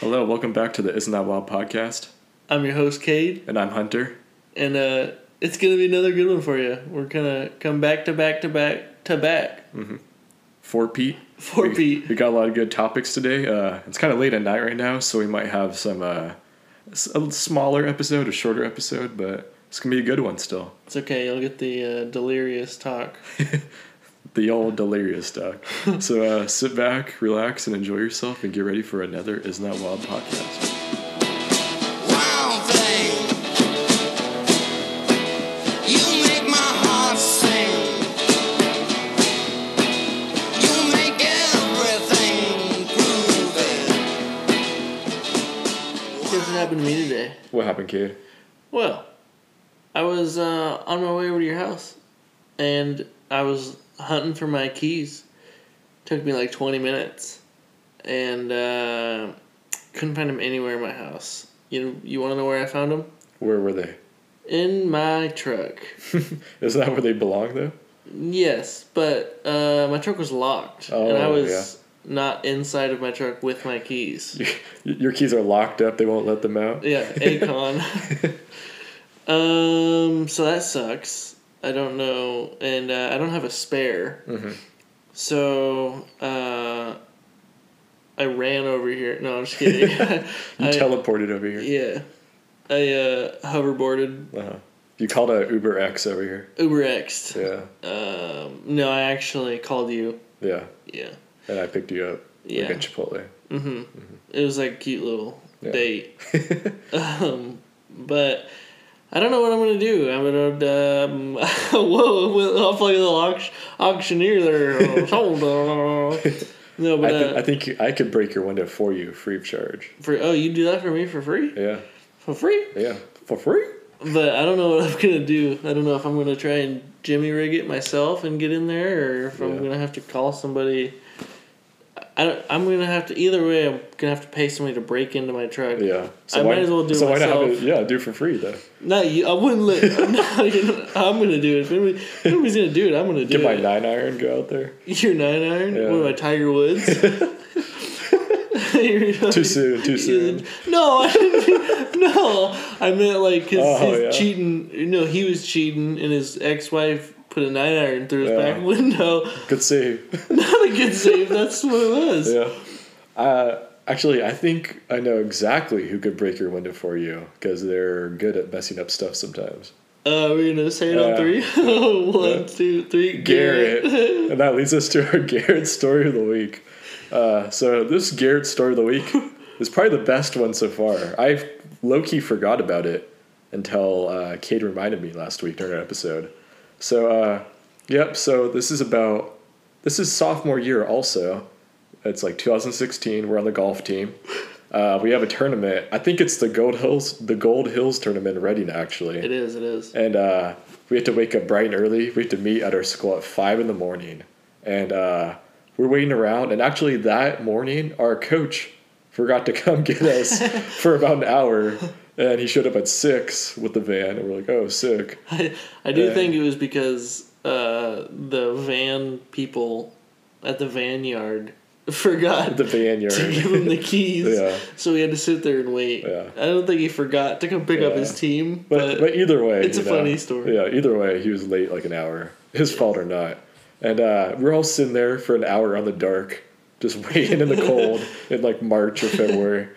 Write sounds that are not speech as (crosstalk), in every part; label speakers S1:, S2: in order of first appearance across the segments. S1: Hello, welcome back to the Isn't That Wild podcast.
S2: I'm your host, Cade,
S1: And I'm Hunter.
S2: and uh, it's going to be another good one for you. We're going to come back to back to back to back.
S1: For Pete.
S2: For
S1: we,
S2: Pete.
S1: We got a lot of good topics today. Uh, it's kind of late at night right now, so we might have some uh, s- a smaller episode, a shorter episode, but it's going to be a good one still.
S2: It's okay, you'll get the uh, delirious talk.
S1: The old delirious
S2: (laughs)
S1: talk. so uh, sit back, relax, and enjoy yourself, and get ready for another Isn't That Wild podcast.
S3: Wild thing, you make my heart sing. You make everything groovy.
S2: Guess what happened to me today?
S1: What happened, Cade?
S2: Well, I was uh, on my way over to your house, and I was hunting for my keys. Took me like 20 minutes, and uh, couldn't find them anywhere in my house. You, you want to know where I found them?
S1: Where were they? (laughs)
S2: In my truck.
S1: Is that where they belong, though? (laughs)
S2: Yes, but uh, my truck was locked, and I
S1: Oh,
S2: was
S1: yeah.
S2: not inside of my truck with
S1: (laughs)
S2: my keys.
S1: Your keys are locked up, they won't let them out.
S2: yeah,
S1: (laughs)
S2: Akon. um, so that sucks. I don't know, and uh, I don't have a spare.
S1: Mm-hmm.
S2: So uh, I ran over here. No, I'm just kidding.
S1: (laughs) You
S2: (laughs) I-
S1: teleported over here.
S2: yeah, I uh, hoverboarded,
S1: Uh-huh. You called a Uber X over here.
S2: Uber Xed.
S1: Yeah.
S2: Um, no, I actually called you.
S1: Yeah.
S2: Yeah.
S1: And I picked you up. Yeah.
S2: Yeah.
S1: Like at
S2: (laughs)
S1: Chipotle.
S2: It was like a cute little
S1: Mm-hmm. Yeah.
S2: date. um, but I don't know what I'm gonna do. I'm gonna um, (laughs) whoa, well, I'll play a little auction, auctioneer
S1: (laughs)
S2: there. Hold on. No,
S1: I,
S2: but
S1: th-
S2: uh,
S1: I think you- I could break your window for you, free of charge.
S2: for oh, you do that for me for free?
S1: Yeah.
S2: For free?
S1: Yeah. For free?
S2: But I don't know what I'm (laughs) gonna do. I don't know if I'm gonna try and jimmy rig it myself and get in there, or if I'm
S1: Yeah.
S2: gonna have to call somebody. I don't, I'm gonna have to. Either way, I'm gonna have to pay somebody to break into my truck.
S1: Yeah.
S2: I might as well do it
S1: so Why not have
S2: myself.
S1: it, yeah, do it for free though.
S2: No, you, I wouldn't let. (laughs) no, you're not- I'm gonna do it. If, anybody, if anybody's gonna do it, I'm gonna do
S1: Get my
S2: it.
S1: nine iron, go out there.
S2: (laughs) You're nine iron.
S1: Yeah.
S2: What am I, Tiger Woods?
S1: (laughs)
S2: (laughs) You're not- (laughs)
S1: Too soon, too soon.
S2: No, (laughs) I didn't mean, no, I meant like his,
S1: Oh,
S2: his
S1: yeah.
S2: cheating. No, he was cheating, and his ex-wife put a nine iron through his
S1: Yeah.
S2: back window. (laughs)
S1: Good save.
S2: Not a good save. That's what it was.
S1: yeah. Uh, actually, I think I know exactly who could break your window for you because they're good at messing up stuff sometimes.
S2: Uh, we're gonna say it on
S1: Yeah.
S2: three. (laughs) One,
S1: Yeah.
S2: two, three.
S1: Garrett. (laughs) and that leads us to our (laughs) Garrett story of the week. Uh, so this Garrett story of the week is probably the best one so far. I low key forgot about it until uh, Cade reminded me last week during an episode. So uh, yep. So this is about this is sophomore year also. It's like 2016. We're on the golf team. Uh, we have a tournament. I think it's the Gold Hills, the Gold Hills tournament in Reading, actually.
S2: It is. It is.
S1: And uh, we had to wake up bright and early. We had to meet at our school at five in the morning. And uh, we're waiting around. And actually, that morning, our coach forgot to come (laughs) get us for about an hour. And he showed up at six with the van. And we're like, oh, sick.
S2: I, I do
S1: Uh,
S2: think it was because uh, the van people at the van yard forgot
S1: The van
S2: (laughs) to give
S1: yard. (laughs)
S2: him the keys,
S1: Yeah.
S2: so he had to sit there and wait.
S1: Yeah.
S2: I don't think he forgot to come pick up
S1: Yeah.
S2: his team,
S1: But,
S2: but,
S1: but either way,
S2: it's a
S1: you know,
S2: funny story.
S1: Yeah, either way, he was late like an hour, his fault or not. And uh, we're all sitting there for an hour on the dark, just (laughs) waiting in the cold in like March or February.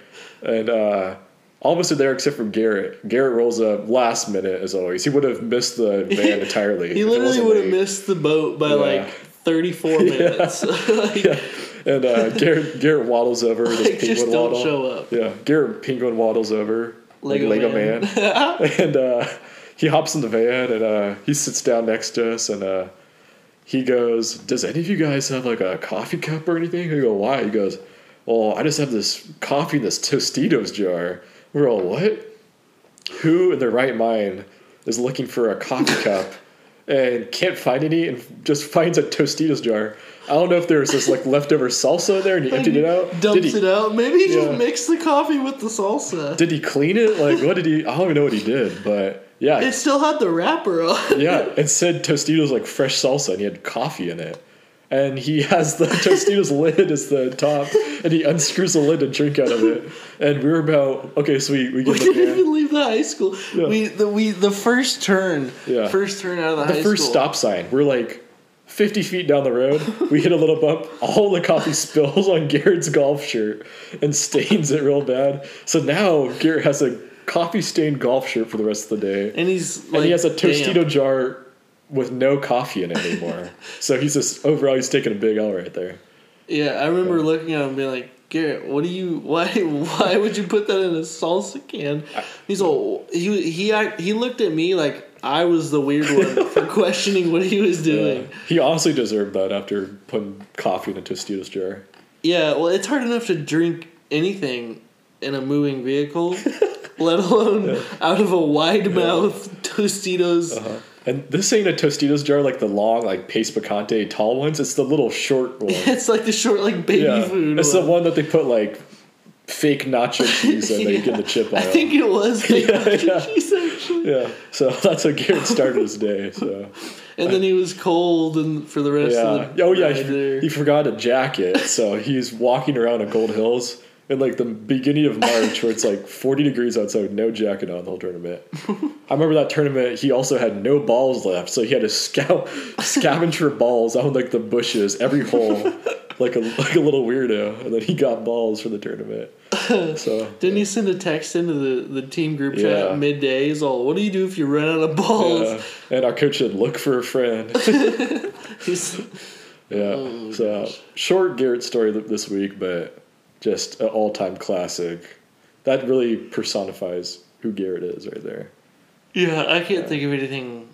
S1: And uh, all of us are there except for Garrett. Garrett rolls up last minute as always. He would have missed the
S2: (laughs)
S1: van entirely.
S2: he
S1: if it
S2: literally
S1: wasn't
S2: would have
S1: late.
S2: missed the boat by
S1: Yeah. (laughs)
S2: like thirty-four minutes. (laughs) like,
S1: Yeah. And uh, Garrett Garrett waddles
S2: (laughs)
S1: over. This
S2: Like,
S1: penguin
S2: just don't
S1: waddle.
S2: show up.
S1: Yeah, Garrett Penguin waddles over. Lego,
S2: Lego
S1: like Lego
S2: Man.
S1: Man.
S2: (laughs)
S1: and uh, he hops in the van and uh, he sits down next to us and uh, he goes, "Does any of you guys have like a coffee cup or anything?" We go, "Why?" He goes, "Well, I just have this coffee in this Tostitos jar." We're all, "What? Who in their right mind is looking for a
S2: (laughs)
S1: coffee cup?" And can't find any, and just finds a Tostitos jar. I don't know if there was this like leftover salsa in there, and he emptied it out. Did
S2: Dumps
S1: he-
S2: it out. Maybe he
S1: Yeah.
S2: just mixed the coffee with the salsa.
S1: did he clean it? Like, what did he? I don't even know what he did, but yeah,
S2: it still had the wrapper on. (laughs)
S1: yeah. It said Tostitos like fresh salsa, and he had coffee in it. and he has
S2: (laughs)
S1: the Tostitos lid as the top, and he unscrews the lid to drink out of it. And we were about okay, so we we
S2: We
S1: get in
S2: didn't
S1: the van.
S2: even leave the high school.
S1: Yeah.
S2: We the we the first turn,
S1: Yeah.
S2: first turn out of the,
S1: the
S2: high
S1: first
S2: school.
S1: stop sign. We're like 50 feet down the road. We hit a little bump. All the coffee spills on Garrett's golf shirt and stains it real bad. So now Garrett has a coffee stained golf shirt for the rest of the day. And,
S2: and he's like,
S1: he has a
S2: damn.
S1: Tostito jar with no coffee in it
S2: (laughs)
S1: anymore. so he's just overall, he's taking a big L right there.
S2: Yeah, I remember looking at him and being like, Garrett, what do you why (laughs) why would you put that in a salsa can? He's all he he act- he looked at me like I was the weird
S1: (laughs)
S2: one for questioning what he was
S1: Yeah.
S2: doing.
S1: Uh, He honestly deserved that after putting coffee in a Tostitos jar.
S2: Yeah, well, it's hard enough to drink anything in a
S1: (laughs)
S2: moving vehicle, let alone out of a wide mouth Tostitos.
S1: Uh-huh. And this ain't a Tostitos jar like the long, like paste picante tall ones. It's the little
S2: (laughs)
S1: short one.
S2: It's like the short, like baby
S1: Yeah,
S2: food.
S1: It's
S2: one.
S1: the one that they put like fake nacho cheese in that
S2: (laughs)
S1: you get the chip
S2: I
S1: out.
S2: think it was
S1: (laughs)
S2: baby
S1: Yeah, yeah.
S2: (laughs) cheese actually.
S1: yeah. So (laughs) that's how Garrett started his day. So
S2: And then he was cold and for the rest
S1: yeah.
S2: of the
S1: Oh yeah.
S2: ride there.
S1: He, he forgot a jacket, so he's walking around in Gold Hills in like the beginning of March, where it's like 40 degrees outside, no jacket on the whole tournament. I remember that tournament. He also had no balls left, so he had to scout (laughs) scavenge for balls out in like the bushes every hole. Like a like a little weirdo, and then he got balls for the tournament. So
S2: Didn't he send a text into the, the team group chat
S1: Yeah.
S2: midday? He's all, what do you do if you run out of (laughs) balls?
S1: Yeah. And our coach said, look for a friend.
S2: (laughs) He's-
S1: Yeah.
S2: Oh,
S1: so, short Garrett story th- this week, but just an all time classic. That really personifies who Garrett is right there.
S2: yeah, I can't think of anything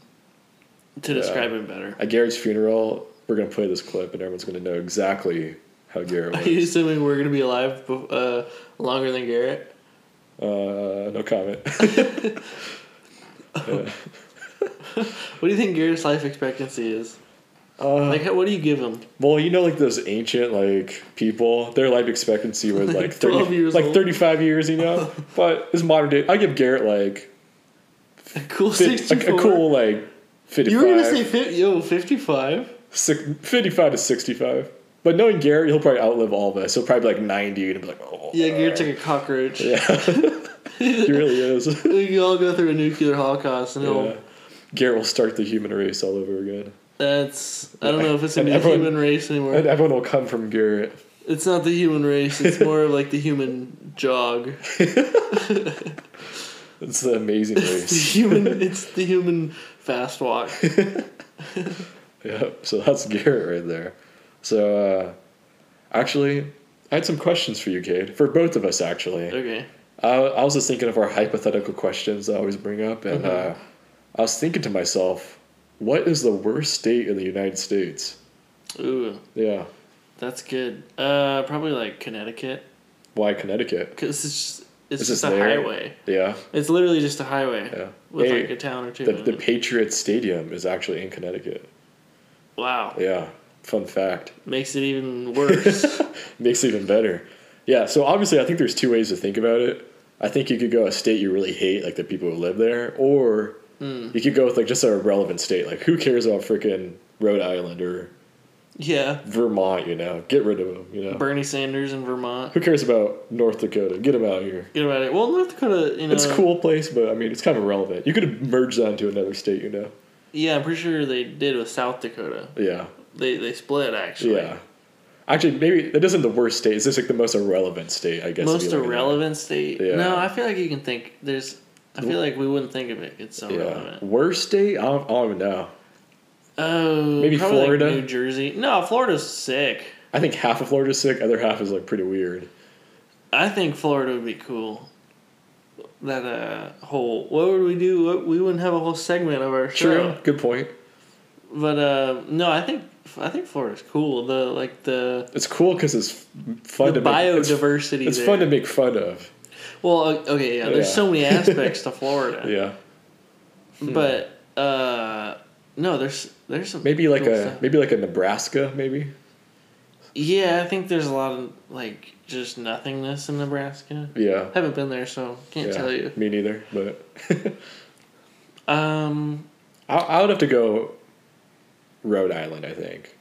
S2: to describe him better. (laughs)
S1: At Garrett's funeral, we're going to play this clip and everyone's going to know exactly how Garrett
S2: Are (laughs) you
S1: was.
S2: assuming we're going to be alive bef- uh, longer than Garrett?
S1: Uh, no comment. (laughs)
S2: What do you think Garrett's life expectancy is?
S1: Uh,
S2: Like, how, what do you give him? (laughs)
S1: Well, you know, like those ancient like people, their life expectancy was like
S2: (laughs) Twelve
S1: thirty,
S2: years
S1: like
S2: old.
S1: thirty-five years. You
S2: (laughs)
S1: know, but it's modern day. I give Garrett like
S2: A cool
S1: fit,
S2: 64?
S1: a, a cool like
S2: You were going to
S1: 55,
S2: say, fif- yo, 55?
S1: six, 55 to 65 but knowing Garrett he'll probably outlive all of us he'll probably be like 90 and be like oh
S2: Yeah, Garrett's like a cockroach.
S1: he really is
S2: We can all go through a nuclear holocaust and
S1: yeah.
S2: he'll...
S1: Garrett will start the human race all over again
S2: That's... I don't know
S1: (laughs)
S2: if it's going
S1: And
S2: to be the
S1: everyone-
S2: human race anymore.
S1: and everyone will come from Garrett
S2: It's not the human race.
S1: (laughs)
S2: It's more of like the human jog.
S1: it's the amazing
S2: It's the
S1: race (laughs)
S2: human. It's the human fast walk.
S1: yeah so that's Garrett right there so uh, actually I had some questions for you Cade for both of us actually
S2: Okay.
S1: I, I was just thinking of our hypothetical questions I always bring up, and uh, I was thinking to myself, what is the worst state in the United States?
S2: Ooh,
S1: Yeah.
S2: that's good. Uh, probably like Connecticut,
S1: Why Connecticut?
S2: cause it's just, it's,
S1: It's
S2: just
S1: just
S2: a
S1: there.
S2: highway.
S1: Yeah.
S2: It's literally just a highway
S1: Yeah.
S2: with
S1: Hey,
S2: like a town or two.
S1: The,
S2: in
S1: the
S2: it.
S1: Patriots Stadium is actually in Connecticut.
S2: wow,
S1: Yeah. Fun
S2: (laughs)
S1: fact.
S2: makes it
S1: (laughs)
S2: even worse.
S1: Makes it even better. Yeah. So obviously, I think there's two ways to think about it. I think you could go a state you really hate, like the people who live there, or
S2: Hmm.
S1: you could go with like just a relevant state. Like, who cares about freaking Rhode Island or
S2: yeah,
S1: Vermont? You know, get rid of them. You know.
S2: Bernie Sanders in Vermont.
S1: Who cares about North Dakota? Get them out here.
S2: Get about it. Well, North Dakota, you know,
S1: It's a cool place, but I mean, it's kind of irrelevant. You could merge that into another state, you know?
S2: Yeah, I'm pretty sure they did with South Dakota.
S1: Yeah.
S2: They they split actually.
S1: Yeah. Actually, maybe that isn't the worst state. It's just like the most irrelevant state, I guess. if
S2: most
S1: you look at it.
S2: irrelevant state.
S1: Yeah.
S2: No, I feel like you can think. There's. I feel like we wouldn't think of it. It's so
S1: Yeah.
S2: relevant.
S1: Worst state? I don't, I don't even know.
S2: Oh,
S1: Maybe
S2: probably like
S1: Florida?
S2: New Jersey. No, Florida's sick.
S1: I think half of Florida's sick, other half is like pretty weird.
S2: I think Florida would be cool. That uh whole what would we do? What, we wouldn't have a whole segment of our show.
S1: Good point.
S2: But uh no, I think I think Florida's cool. The like the,
S1: It's cool because it's f- fun
S2: the
S1: to make. It's,
S2: biodiversity.
S1: it's
S2: there.
S1: fun to make fun of.
S2: Well, o- okay, yeah. There's
S1: Yeah.
S2: so many aspects
S1: (laughs)
S2: to Florida,
S1: Yeah.
S2: but uh no, there's there's some
S1: Maybe like
S2: cool
S1: a
S2: stuff.
S1: maybe like a Nebraska, maybe.
S2: Yeah, I think there's a lot of like just nothingness in Nebraska.
S1: Yeah.
S2: Haven't been there, so can't
S1: yeah.
S2: tell you.
S1: Me neither, but (laughs)
S2: Um,
S1: I, I would have to go Rhode Island, I think.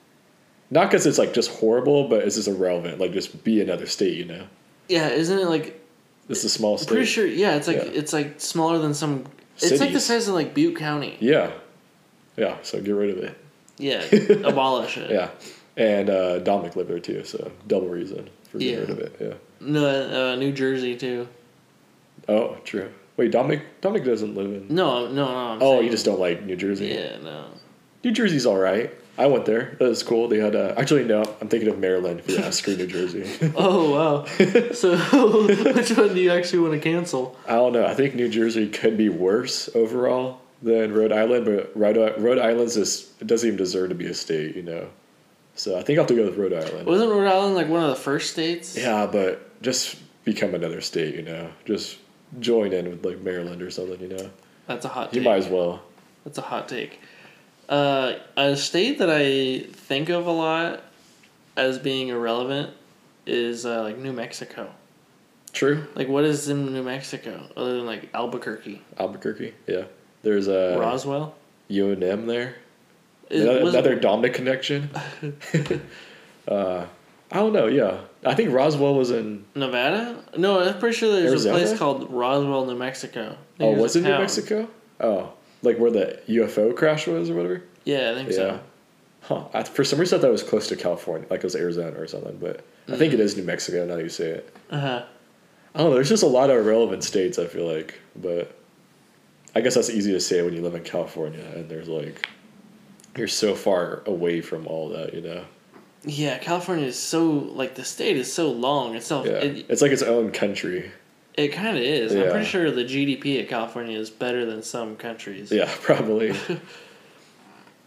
S1: Not because it's like just horrible, but it's just irrelevant. Like just be another state, you know.
S2: Yeah, isn't it like
S1: It's a small
S2: I'm
S1: state.
S2: pretty sure? Yeah, it's like
S1: Yeah.
S2: it's like smaller than some. It's like the
S1: Cities.
S2: size of like Butte County.
S1: Yeah, yeah. So get rid of it. (laughs)
S2: Yeah, abolish it.
S1: Yeah, and uh, Dominic lived there too, so double reason for getting
S2: Yeah.
S1: rid of it. Yeah.
S2: No, uh, New Jersey too.
S1: Oh, true. Wait, Dominic Dominic doesn't live in.
S2: No, no, no. I'm
S1: Oh,
S2: saying-
S1: you just don't like New Jersey.
S2: Mm-hmm. Yeah, no.
S1: New Jersey's all right. I went there. That was cool. They had uh, actually no. I'm thinking of Maryland. If you ask, screw New
S2: (laughs)
S1: Jersey. (laughs)
S2: Oh wow. so (laughs) which one do you actually want to cancel?
S1: I don't know. I think New Jersey could be worse overall than Rhode Island, but Rhode, Rhode Island's just it doesn't even deserve to be a state, you know. So I think I will have to go with Rhode Island.
S2: Wasn't Rhode Island like one of the first states?
S1: Yeah, but just become another state, you know. Just join in with like Maryland or something, you know.
S2: That's a hot
S1: You
S2: take.
S1: might as well.
S2: That's a hot take. Uh, a state that I think of a lot as being irrelevant is uh, like New Mexico.
S1: True.
S2: Like, what is in New Mexico other than like Albuquerque,
S1: Albuquerque. Yeah. There's a
S2: Roswell?
S1: UNM there. Uh,
S2: Is-
S1: another
S2: was it-
S1: another Dominic
S2: (laughs)
S1: connection. uh, I don't know. Yeah, I think Roswell was in.
S2: Nevada? No, I'm pretty sure there's
S1: Arizona?
S2: a place called Roswell, New Mexico. I think
S1: Oh,
S2: there's a
S1: was it New
S2: town.
S1: Mexico? Oh, like where the UFO crash was or whatever.
S2: Yeah, I think
S1: Yeah.
S2: so.
S1: Huh. I, for some reason, I thought it was close to California, like it was Arizona or something. But I
S2: Mm.
S1: think it is New Mexico. Now that you say it,
S2: Uh huh.
S1: I don't know. There's just a lot of irrelevant states. I feel like, but I guess that's easy to say when you live in California and there's like you're so far away from all that. You know,
S2: Yeah, California is so like the state is so long itself.
S1: yeah,
S2: It,
S1: it's like its own country.
S2: it kind of is.
S1: Yeah.
S2: I'm pretty sure the GDP of California is better than some countries.
S1: Yeah, (laughs) probably.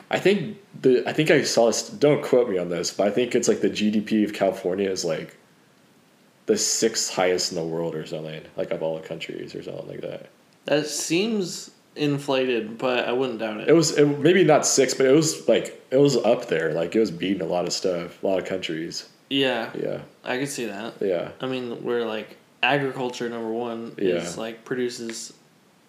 S1: I think the I think I saw this. Don't quote me on this, but I think it's like the GDP of California is like the sixth highest in the world or something, like of all the countries or something like that.
S2: That seems inflated, but I wouldn't doubt it.
S1: It was it, maybe not six, but it was like it was up there. Like it was beating a lot of stuff, a lot of countries.
S2: yeah,
S1: Yeah,
S2: I could see that.
S1: yeah,
S2: I mean, we're like agriculture number one is
S1: Yeah.
S2: like produces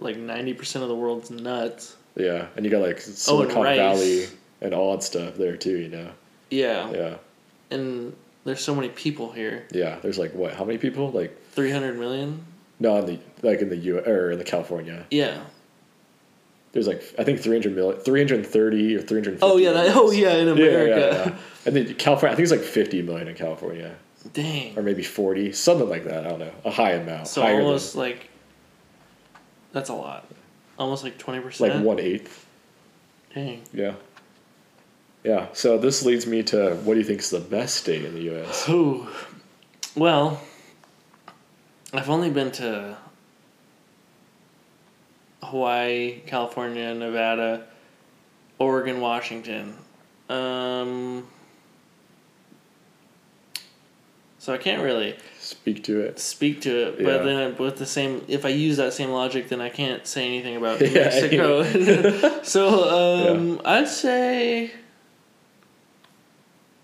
S2: like ninety percent of the world's nuts.
S1: yeah. And you got like Silicon
S2: Oh, rice.
S1: Valley and all that stuff there too. You know,
S2: Yeah,
S1: yeah,
S2: and there's so many people here.
S1: yeah. There's like what? How many people? Like
S2: Three hundred million.
S1: no, in the like in the U or in the California.
S2: Yeah.
S1: there's like I think 300 million, 330 or 350.
S2: Oh yeah. That, oh yeah. In
S1: Yeah, yeah,
S2: America.
S1: yeah. And then California, I think it's like 50 million in California,
S2: (laughs) Dang.
S1: or maybe 40, something like that. I don't know, a high amount,
S2: So
S1: higher
S2: almost like that's a lot. Almost like twenty
S1: than
S2: percent.
S1: like one eighth.
S2: Dang.
S1: Yeah, yeah. So this leads me to what do you think is the best state in the U.S.?
S2: Ooh. Well, I've only been to Hawaii, California, Nevada, Oregon, Washington. Um, so I can't really
S1: Speak to it.
S2: speak to it,
S1: Yeah.
S2: but then I- with the same, if I use that same logic, then I can't say anything
S1: (laughs)
S2: about
S1: Yeah, (laughs)
S2: Mexico. (laughs) so um, I'd say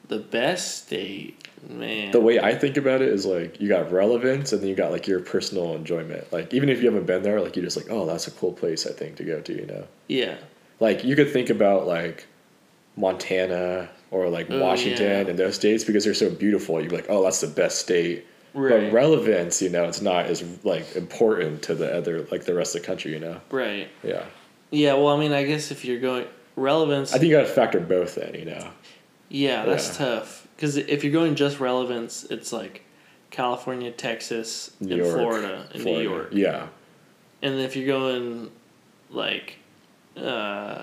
S2: the best state, man.
S1: The way I think about it is like you got relevance, and then you got like your personal enjoyment. Like even if you haven't been there, like you're just like, oh, that's a cool place I think to go to. You know.
S2: yeah,
S1: like you could think about like Montana or like
S2: Oh,
S1: Washington
S2: yeah.
S1: and those states because they're so beautiful. You'd be like, oh, that's the best state.
S2: right,
S1: But relevance, you know, it's not as like important to the other like the rest of the country. You know,
S2: right.
S1: yeah.
S2: Yeah, well, I mean, I guess if you're going relevance,
S1: I think you got to factor both in. You know,
S2: yeah, that's
S1: yeah.
S2: tough. 'Cause tough. Because if you're going just relevance, it's like California, Texas,
S1: New
S2: and
S1: York,
S2: Florida, and New
S1: Florida.
S2: York.
S1: Yeah,
S2: And if you're going like uh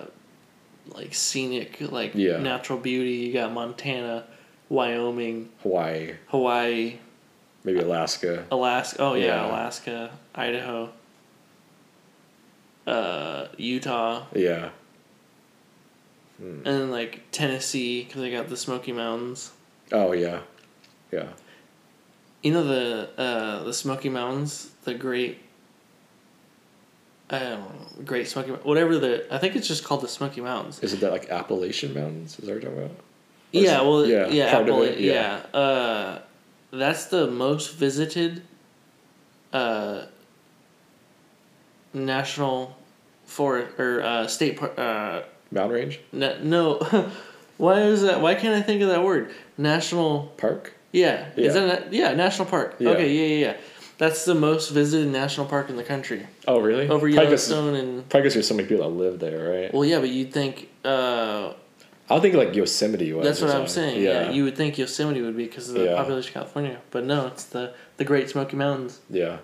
S2: like scenic, like
S1: Yeah.
S2: natural beauty, you got Montana, Wyoming,
S1: Hawaii,
S2: Hawaii,
S1: maybe Alaska.
S2: Alaska oh yeah,
S1: Yeah.
S2: Alaska, Idaho, uh Utah,
S1: Yeah,
S2: and then like Tennessee cuz they got the Smoky Mountains.
S1: oh yeah, yeah.
S2: You know the uh the Smoky Mountains, the great I don't know, Great Smoky Mountains, whatever the I think it's just called the Smoky Mountains.
S1: Isn't that like Appalachian Mountains? Is that what you're talking about? Or
S2: Yeah,
S1: something.
S2: well,
S1: Yeah,
S2: yeah,
S1: part of
S2: Apple,
S1: it, yeah.
S2: yeah. Uh, that's the most visited uh, national forest or uh, state park. Uh,
S1: Mountain range?
S2: na- no, (laughs) Why is that? Why can't I think of that word? National.
S1: Park?
S2: Yeah. Is
S1: Yeah.
S2: that a, yeah? National park.
S1: Yeah.
S2: Okay. Yeah, yeah, yeah. That's the most visited national park in the country.
S1: Oh, really?
S2: Over
S1: Probably 'cause-
S2: Yellowstone and
S1: Probably because there's so many people that live there, right?
S2: well, yeah, but you'd think uh,
S1: I think like Yosemite was.
S2: that's
S1: or
S2: what I'm
S1: something.
S2: saying. Yeah. you would think Yosemite would be because of the
S1: Yeah.
S2: population of California, but no, it's the the Great Smoky Mountains.
S1: Yeah.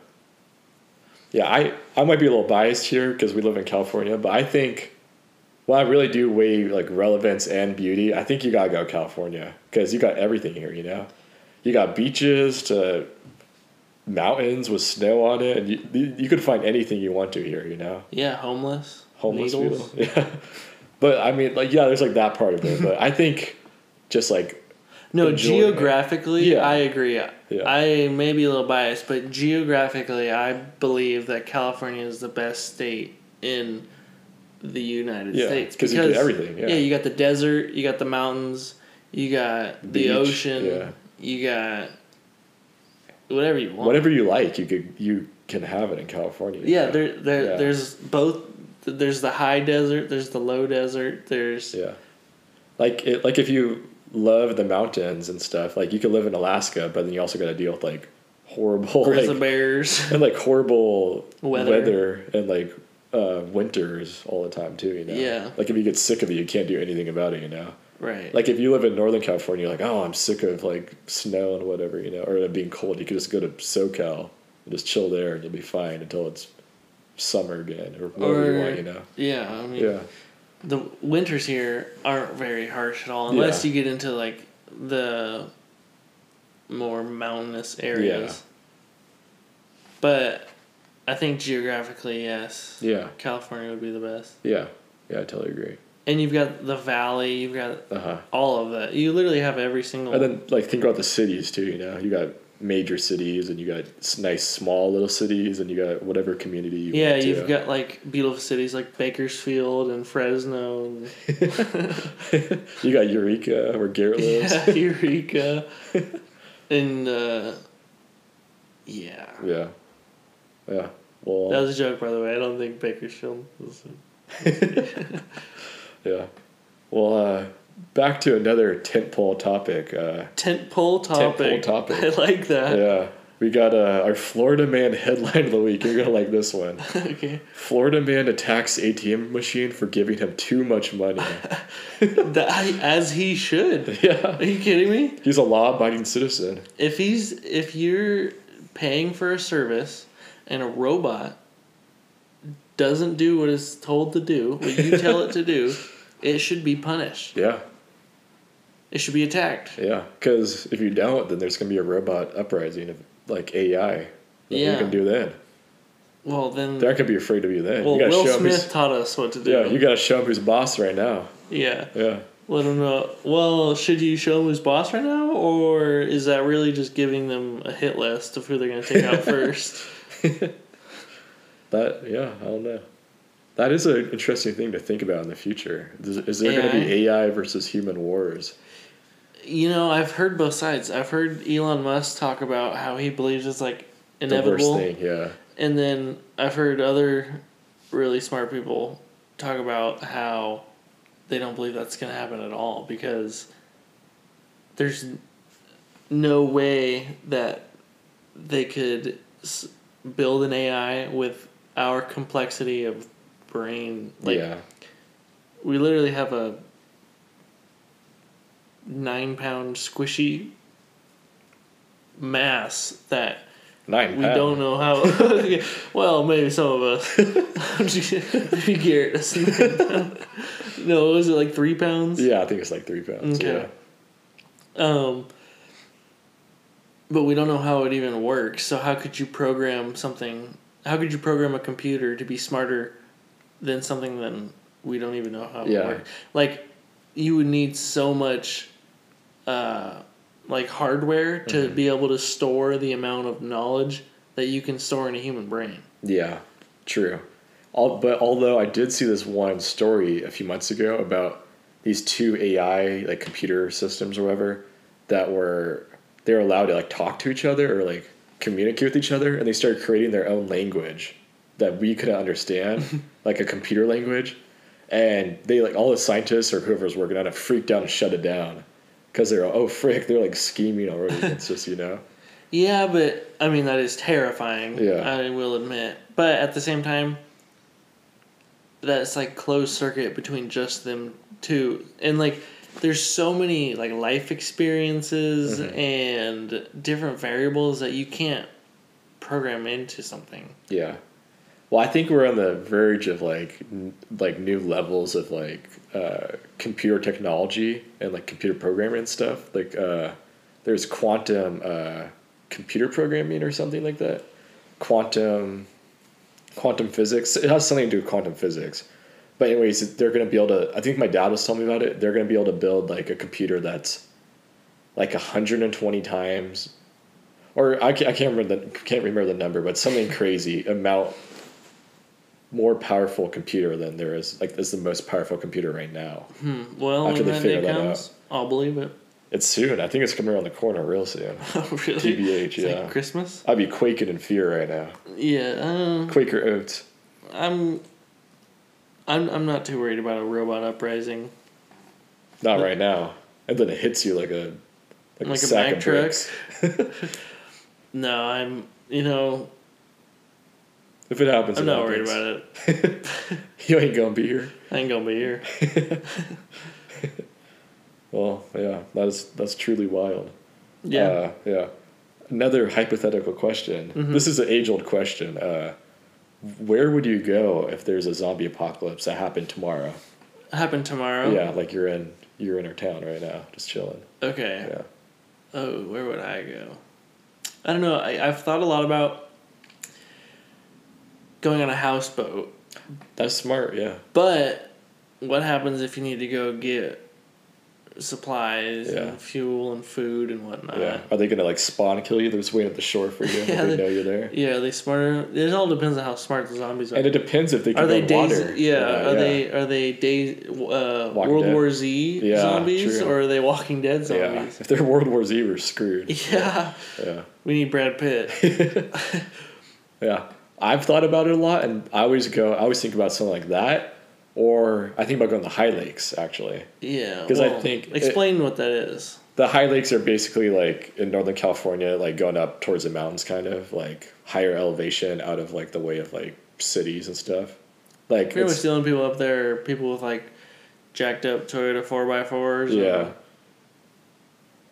S1: Yeah, I, I might be a little biased here because we live in California, but I think, well, I really do weigh like relevance and beauty. I think you gotta go California because you got everything here, you know? You got beaches to mountains with snow on it, and you, you, you could find anything you want to here, you know?
S2: Yeah, homeless.
S1: Homeless
S2: needles.
S1: people. (laughs) Yeah. But I mean, like, yeah, there's like that part of it, but I think just like,
S2: No,
S1: enjoying it.
S2: geographically,
S1: Yeah.
S2: I agree.
S1: Yeah.
S2: I may be a little biased, but geographically, I believe that California is the best state in the United
S1: Yeah,
S2: States
S1: 'cause you get everything, yeah.
S2: you got the desert, you got the mountains, you got
S1: Beach,
S2: the ocean,
S1: yeah.
S2: you got whatever you want.
S1: whatever you like, you could, you can have it in California. you
S2: Yeah,
S1: know?
S2: there, there,
S1: Yeah.
S2: there's both. There's the high desert. There's the low desert. There's
S1: Yeah. Like it, like if you love the mountains and stuff, like you could live in Alaska, but then you also got to deal with like horrible (laughs)
S2: grizzly
S1: like,
S2: bears. (laughs)
S1: and like horrible
S2: Weather.
S1: weather, and like uh, winters all the time too. You know.
S2: Yeah.
S1: Like if you get sick of it, you can't do anything about it. You know.
S2: right.
S1: Like if you live in Northern California, you're like, oh, I'm sick of like snow and whatever, you know, or it being cold. You could just go to SoCal and just chill there, and you'll be fine until it's summer again or whatever you
S2: Or-
S1: want. You know.
S2: yeah, I mean,
S1: Yeah.
S2: the winters here aren't very harsh at all unless
S1: Yeah.
S2: you get into like the more mountainous areas but i think geographically yes
S1: Yeah.
S2: california would be the best
S1: Yeah. Yeah. I totally agree.
S2: and you've got the valley you've got
S1: Uh huh.
S2: all of that you literally have every single
S1: And then, like, think about the cities too. You know, you got major cities, and you got s- nice small little cities, and you got whatever community. You
S2: yeah
S1: want to.
S2: you've got like beautiful cities like bakersfield and fresno
S1: (laughs)
S2: and
S1: you got Eureka, where Garrett lives.
S2: (laughs) yeah, eureka and uh, yeah
S1: Yeah, yeah. Well,
S2: That was a joke, by the way. I don't think Bakersfield. Was...
S1: yeah. Well, uh, back to another tentpole topic. Uh,
S2: Tent pole topic.
S1: Tentpole topic.
S2: (laughs) I like that.
S1: yeah, we got uh, our Florida man (laughs) headline of the week. You're gonna like this one.
S2: (laughs) okay.
S1: Florida man attacks ATM machine for giving him too much money. (laughs)
S2: That, I- as he should.
S1: yeah,
S2: Are you kidding me?
S1: he's a law-abiding citizen.
S2: If he's if you're paying for a service and a robot doesn't do what it's told to do, what you tell it
S1: (laughs)
S2: to do, it should be punished.
S1: Yeah.
S2: It should be attacked.
S1: Yeah, because if you don't, then there's gonna be a robot uprising of like AI. Yeah,
S2: Yeah.
S1: you can do that.
S2: Well then.
S1: They're not gonna be afraid of you then.
S2: well,
S1: you gotta
S2: Will
S1: show 'em
S2: Smith
S1: Who's,
S2: taught us what to do.
S1: yeah, you gotta show 'em who's boss right now.
S2: yeah.
S1: Yeah, (laughs)
S2: Let them know. Well, should you show them who's boss right now, or is that really just giving them a hit list of who they're going to take
S1: (laughs)
S2: out first?
S1: that. Yeah, I don't know. That is an interesting thing to think about in the future. Is, is there gonna be AI versus human wars?
S2: You know, I've heard both sides. I've heard Elon Musk talk about how he believes it's like
S1: The
S2: inevitable,
S1: worst thing. Yeah.
S2: and then I've heard other really smart people talk about how they don't believe that's going to happen at all because there's n- no way that they could s- build an AI with our complexity of brain. Like
S1: yeah.
S2: we literally have a nine pound squishy mass that
S1: Nine.
S2: we
S1: pound.
S2: don't know how. (laughs) well, maybe some of us. I'm just kidding. (laughs) Maybe Garrett. that's nine pound. no, what was it like three pounds?
S1: Yeah, I think it's like three pounds.
S2: Okay.
S1: Yeah.
S2: Um, but we don't know how it even works. So how could you program something? How could you program a computer to be smarter than something that we don't even know how it
S1: Yeah.
S2: works? Like, you would need so much, uh, like hardware to
S1: Mm-hmm.
S2: be able to store the amount of knowledge that you can store in a human brain.
S1: Yeah, true. All, but although I did see this one story a few months ago about these two AI like computer systems or whatever that were they were allowed to like talk to each other or like communicate with each other, and they started creating their own language that we couldn't understand, like a computer language. and they like all the scientists or whoever's working on it freaked out and shut it down because they're oh frick they're like scheming already against us you know
S2: Yeah, but I mean that is terrifying.
S1: Yeah.
S2: I will admit. But at the same time, that's like closed circuit between just them two, and like there's so many like life experiences
S1: Mm-hmm.
S2: and different variables that you can't program into something.
S1: yeah well i think we're on the verge of like n- like new levels of like uh, computer technology and like computer programming and stuff like uh, there's quantum uh, computer programming or something like that quantum quantum physics. It has something to do with quantum physics. But anyways, they're going to be able to. I think my dad was telling me about it. They're going to be able to build like a computer that's like 120 times, or I can't, I can't remember the can't remember the number, but something crazy amount more powerful computer than there is like is the most powerful computer right now.
S2: Hmm. Well,
S1: After
S2: when
S1: they
S2: that
S1: figure
S2: day
S1: that
S2: comes, I'll believe it. (laughs)
S1: It's soon. I think it's coming around the corner real soon.
S2: Oh, really?
S1: TBH,
S2: It's like
S1: yeah.
S2: Christmas.
S1: I'd be quaking in fear right now.
S2: Yeah. Uh,
S1: Quaker oats.
S2: I'm. I'm. I'm not too worried about a robot uprising.
S1: Not right now. And then it hits you like a like,
S2: Like a
S1: a sack
S2: bag
S1: of
S2: truck?
S1: bricks.
S2: No, I'm. You know,
S1: If it happens, it
S2: I'm not worried
S1: happens.
S2: about it.
S1: (laughs) You ain't gonna be here.
S2: I ain't gonna be here.
S1: Well, yeah, that is that's truly wild.
S2: Yeah.
S1: uh, yeah. Another hypothetical question.
S2: Mm-hmm.
S1: This is an age-old question. Uh, where would you go if there's a zombie apocalypse that happened tomorrow?
S2: Happen tomorrow.
S1: Yeah, like you're in you're in our town right now, just chilling.
S2: Okay.
S1: Yeah,
S2: Oh, where would I go? I don't know. I, I've thought a lot about going on a houseboat,
S1: that's smart. Yeah,
S2: but what happens if you need to go get supplies
S1: Yeah.
S2: and fuel and food and whatnot?
S1: yeah. Are they gonna like spawn and kill you? They're just waiting at the shore for you.
S2: Uh. (laughs) Yeah,
S1: they,
S2: they-
S1: know you're there.
S2: Yeah, are they smarter? It all depends on how smart the zombies are.
S1: And it depends if they can
S2: are they
S1: run
S2: days?
S1: water.
S2: Yeah,
S1: Uh,
S2: Are they are they days? Uh,
S1: Walking
S2: World
S1: Dead.
S2: War Z
S1: Yeah,
S2: zombies
S1: true.
S2: or are they Walking Dead
S1: Yeah,
S2: zombies? (laughs)
S1: if they're World War Z, we're screwed.
S2: yeah.
S1: Yeah.
S2: We need Brad Pitt.
S1: (laughs) Yeah. I've thought about it a lot and I always go I always think about something like that. Or I think about going to the High Lakes actually.
S2: Yeah.
S1: 'Cause I think it-
S2: Explain what that is.
S1: The High Lakes are basically like in Northern California, like going up towards the mountains kind of, like higher elevation out of like the way of like cities and stuff. Like
S2: Pretty much
S1: it's,
S2: the only people up there are people with like jacked up Toyota 4x4s.
S1: yeah.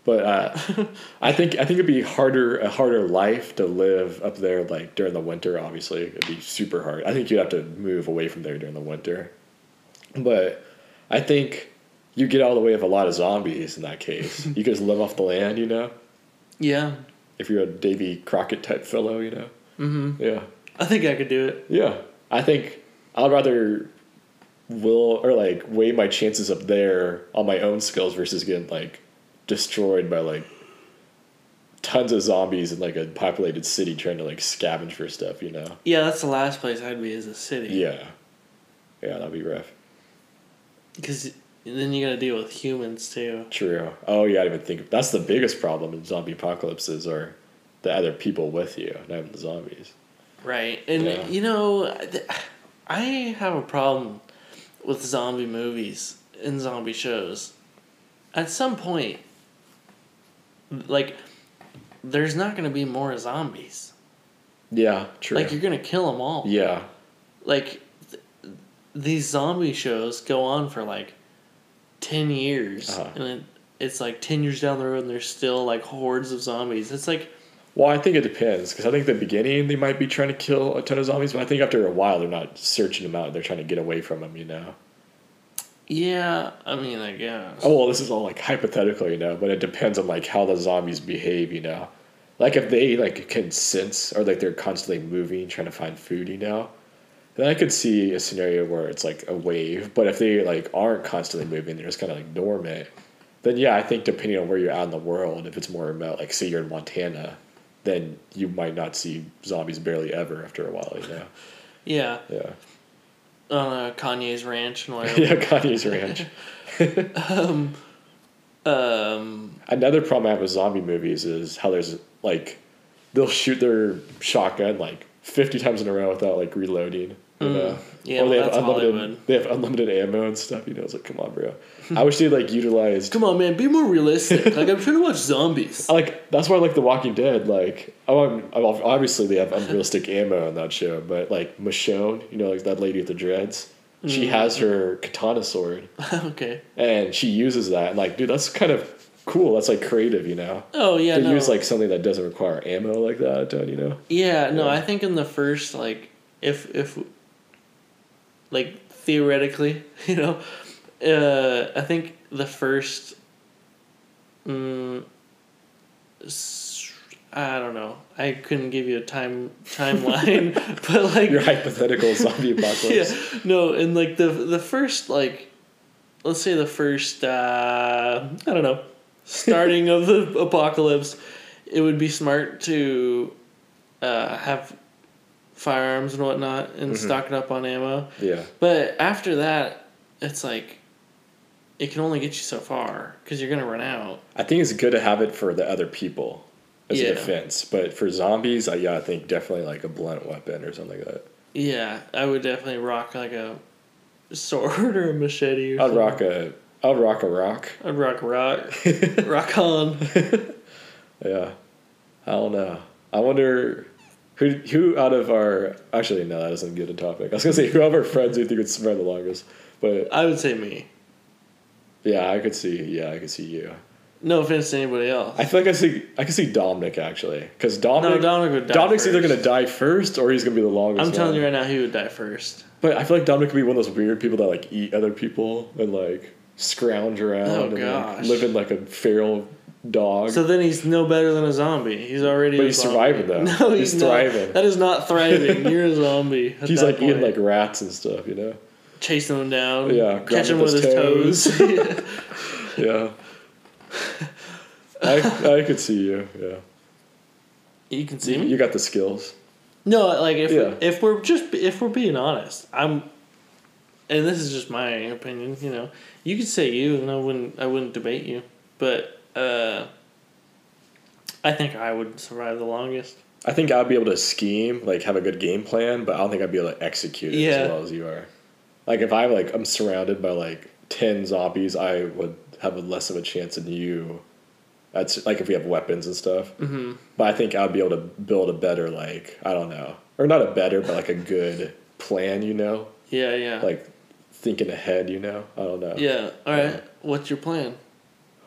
S1: But uh, (laughs) I think I think it'd be harder a harder life to live up there like during the winter. Obviously, it'd be super hard. I think you'd have to move away from there during the winter. But I think you get out of the way of a lot of zombies in that case. you could just live off the land, you know.
S2: Yeah.
S1: If you're a Davy Crockett type fellow, you know. Mm-hmm. Yeah,
S2: I think I could do it.
S1: yeah. I think I'd rather will or like weigh my chances up there on my own skills versus getting like destroyed by like tons of zombies in like a populated city trying to like scavenge for stuff. You know.
S2: Yeah, that's the last place I'd be is a city.
S1: Yeah. Yeah, that'd be rough.
S2: Because then you gotta deal with humans too.
S1: True. Oh yeah, I didn't even think that's the biggest problem in zombie apocalypses are the other people with you, not even the zombies.
S2: Right. And
S1: Yeah.
S2: you know, I th- I have a problem with zombie movies and zombie shows. At some point, like, there's not gonna be more zombies.
S1: Yeah, true.
S2: Like, you're gonna kill them all.
S1: yeah.
S2: like th- these zombie shows go on for like 10 years
S1: Uh-huh.
S2: and it, it's like 10 years down the road and there's still like hordes of zombies it's like
S1: Well, I think it depends because I think at the beginning they might be trying to kill a ton of zombies, but I think after a while they're not searching them out; they're trying to get away from them. You know.
S2: yeah i mean i guess
S1: Oh well, this is all like hypothetical, you know, but it depends on like how the zombies behave, you know. Like if they like can sense or like they're constantly moving, trying to find food, you know. Then I could see a scenario where it's like a wave, but if they like aren't constantly moving, they're just kind of like dormant. Then yeah, I think depending on where you're at in the world, if it's more remote, like say you're in Montana, then you might not see zombies barely ever after a while, you know.
S2: yeah
S1: Yeah, (laughs)
S2: on uh, kanye's ranch and whatever
S1: yeah, Kanye's Ranch.
S2: um
S1: Another problem I have with zombie movies is how there's like they'll shoot their shotgun like fifty times in a row without like reloading. But uh,
S2: Mm, Yeah,
S1: or they
S2: well,
S1: have
S2: that's
S1: unlimited
S2: Hollywood.
S1: they have unlimited ammo and stuff. You know, it's like come on,
S2: (laughs)
S1: bro. I wish they like utilized
S2: Come on, man, be more (laughs) realistic. like I'm trying to watch zombies. (laughs)
S1: I like that's why I like The Walking Dead. Like, oh, I'm, I'm- obviously they have unrealistic ammo on that show, but like Michonne, you know, like that lady with the dreads,
S2: Mm.
S1: she has her katana sword
S2: Oh, okay.
S1: and she uses that. And like, dude, that's kind of cool. That's like creative, you know.
S2: Oh yeah,
S1: They
S2: no.
S1: use like something that doesn't require ammo like that, don't you know?
S2: yeah, no. I think in the first, like, if if like theoretically, (laughs) you know, uh, I think the first, mm, s- I don't know. I couldn't give you a time timeline, (laughs) but like
S1: Your hypothetical zombie apocalypse.
S2: (laughs) Yeah, no, and like the the first like, let's say the first uh, I don't know, starting
S1: (laughs)
S2: of the apocalypse, it would be smart to uh, have firearms and whatnot and
S1: Mm-hmm.
S2: stock it up on ammo.
S1: Yeah.
S2: But after that, it's like, it can only get you so far because you're gonna run out.
S1: I think it's good to have it for the other people as
S2: Yeah.
S1: a defense, but for zombies, I, yeah, I think definitely like a blunt weapon or something like that.
S2: Yeah, I would definitely rock like a sword (laughs) or a machete. Or
S1: I'd
S2: something.
S1: rock a, I'd rock a
S2: (laughs)
S1: rock.
S2: I'd rock a
S1: (laughs)
S2: rock. rock on.
S1: Yeah, I don't know. I wonder who who out of our actually no, that isn't good a topic. I was gonna say who of our friends do you think would survive the longest, but
S2: I would say me.
S1: yeah, I could see yeah, I could see you.
S2: No offense to anybody else.
S1: I feel like I see I could see Dominic actually because Dominic
S2: Dominic would die
S1: Dominic's either
S2: first.
S1: gonna die first or he's gonna be the longest.
S2: I'm telling
S1: one.
S2: you right now, he would die first.
S1: but I feel like Dominic could be one of those weird people that like eat other people and like scrounge around
S2: Oh,
S1: and like,
S2: gosh.
S1: live in like a feral dog.
S2: So then he's no better than a zombie. He's already.
S1: but
S2: a
S1: he's
S2: zombie.
S1: surviving though.
S2: (laughs) No, he's,
S1: he's, thriving.
S2: Not. That is
S1: (laughs)
S2: not thriving. You're a zombie. at
S1: he's
S2: that
S1: like eating like
S2: point.
S1: rats and stuff, you
S2: (laughs)
S1: know.
S2: chasing them down.
S1: Yeah, grab
S2: catching
S1: him
S2: him with his toes.
S1: (laughs)
S2: Yeah.
S1: Yeah. I I could see you. Yeah.
S2: (laughs) you can see me.
S1: You got the skills.
S2: No, like if
S1: Yeah.
S2: if we're just if we're being honest, I'm, and this is just my opinion. You know, you could say you, and I wouldn't. I wouldn't debate you, but uh, I think I would survive the longest.
S1: I think I'd be able to scheme, like have a good game plan, but I don't think I'd be able to execute it
S2: Yeah.
S1: as well as you are. Like if I like I'm surrounded by like ten zombies, I would have a less of a chance than you. That's like if we have weapons and stuff. Mm-hmm. But I think I'd be able to build a better like I don't know, or not a better, but like a good plan. You know,
S2: Yeah, yeah,
S1: like uh, thinking ahead. You know, I don't know.
S2: yeah. All right, what's your plan?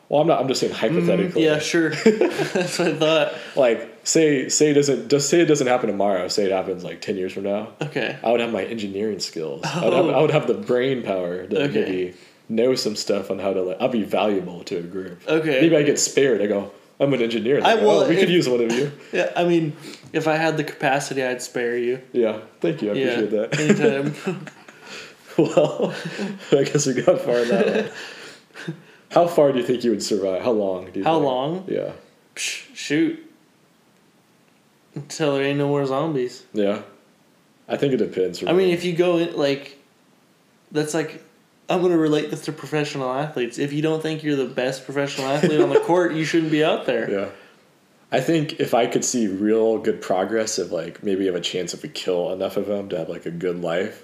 S1: Well, I'm not. I'm just saying hypothetically.
S2: Mm-hmm.
S1: (laughs)
S2: Yeah, sure. That's what I thought.
S1: like say say it doesn't just say it doesn't happen tomorrow say it happens like 10 years from now
S2: Okay.
S1: i would have my engineering skills I, would have, I would have the brain power to
S2: Oh. Okay.
S1: maybe know some stuff on how to like i'd be valuable to a group
S2: Okay.
S1: maybe i get spared i go i'm an engineer They
S2: I
S1: go,
S2: will-
S1: oh, we
S2: if-
S1: could use one of you
S2: Yeah, I mean, if I had the capacity, I'd spare you.
S1: yeah thank you i
S2: Yeah,
S1: appreciate that
S2: anytime.
S1: (laughs)
S2: (laughs)
S1: well (laughs) i guess we got far in that one
S2: (laughs)
S1: how far do you think you would survive how long do you
S2: How
S1: think?
S2: long?
S1: yeah
S2: Psh, shoot. Until there ain't no more zombies.
S1: yeah i think it depends for
S2: I mean,
S1: me.
S2: if you go in, like, that's like, I'm going to relate this to professional athletes. If you don't think you're the best professional
S1: (laughs)
S2: athlete on the court, you shouldn't be out there.
S1: Yeah. I think if I could see real good progress of like maybe have a chance if we kill enough of them to have like a good
S2: (laughs)
S1: life,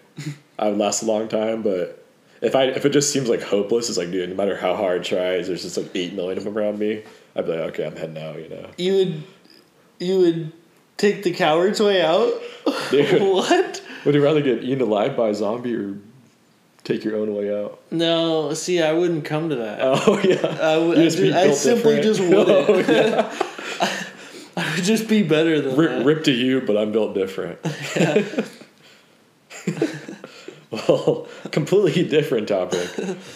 S1: I would last a long time. But if I if it just seems like hopeless, it's like dude, no matter how hard I try, there's just like eight million of them around me. I'd be like, okay, I'm heading out, you know. (laughs)
S2: You would, you would take the coward's way out?
S1: (laughs) Dude,
S2: what?
S1: would you rather get eaten alive by a zombie or take your own way out? (laughs)
S2: No, see, I wouldn't come to that.
S1: Oh yeah,
S2: Uh, I would- I
S1: just be
S2: ju- I
S1: built (laughs)
S2: simply just (laughs) wouldn't.
S1: Oh, yeah.
S2: I would just be better than
S1: Rip,
S2: that.
S1: rip to you, but I'm built
S2: (laughs)
S1: different. (laughs) well, completely different topic.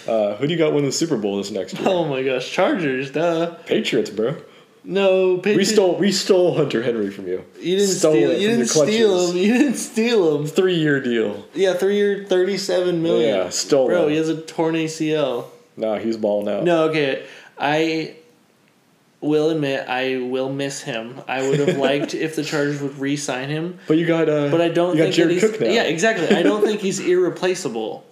S1: Uh, who do you got winning the Super Bowl this next year?
S2: Oh my gosh, Chargers, duh.
S1: Patriots, bro.
S2: No,
S1: We
S2: Patriots.
S1: stole we stole Hunter Henry from you.
S2: You didn't
S1: Stole
S2: steal.
S1: it
S2: You
S1: from
S2: didn't
S1: your
S2: steal
S1: clutches.
S2: him. You didn't steal him.
S1: Three year deal.
S2: Yeah, three year, thirty-seven million.
S1: Yeah, stole
S2: Oh, Bro,
S1: him.
S2: he has a torn ACL.
S1: Nah, he's balling out.
S2: No, okay. I will admit I will miss him. I
S1: (laughs)
S2: would have liked if the Chargers would re-sign him,
S1: But you got uh
S2: but I don't
S1: you
S2: think
S1: got Jared
S2: that he's,
S1: Cook now.
S2: Yeah, exactly. I don't think he's irreplaceable.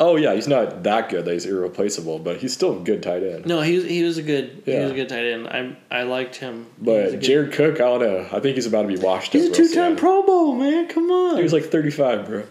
S1: Oh yeah, he's not that good that he's irreplaceable, but he's still a good tight end.
S2: No, he was he was a good he was
S1: Yeah.
S2: a good tight end. I I liked him. He was a
S1: But
S2: good-
S1: Jared Cook, I don't know. I think he's about to be washed up.
S2: He's a
S1: real
S2: two time
S1: soon.
S2: Pro Bowl, man. Come on.
S1: He was like thirty five, bro.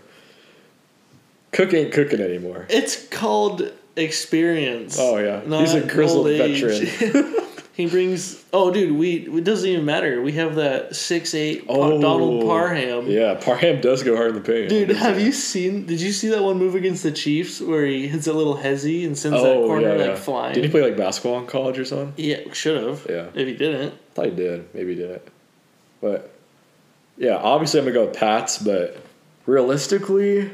S1: Cook ain't cooking anymore.
S2: It's called experience.
S1: Oh, yeah. He's a
S2: not
S1: grizzled
S2: old age.
S1: veteran.
S2: (laughs) he brings. Oh, dude, we it doesn't even matter. We have that six eight
S1: Oh,
S2: Donald Parham.
S1: Yeah, Parham does go hard in the paint.
S2: Dude, have you seen? Did you see that one move against the Chiefs where he hits a little hezzy and sends that corner like flying?
S1: Oh, Did he play like basketball in college or something?
S2: yeah, should have.
S1: Yeah.
S2: If he didn't,
S1: Thought he did. Maybe he didn't. But yeah, obviously I'm gonna go with Pats, but realistically,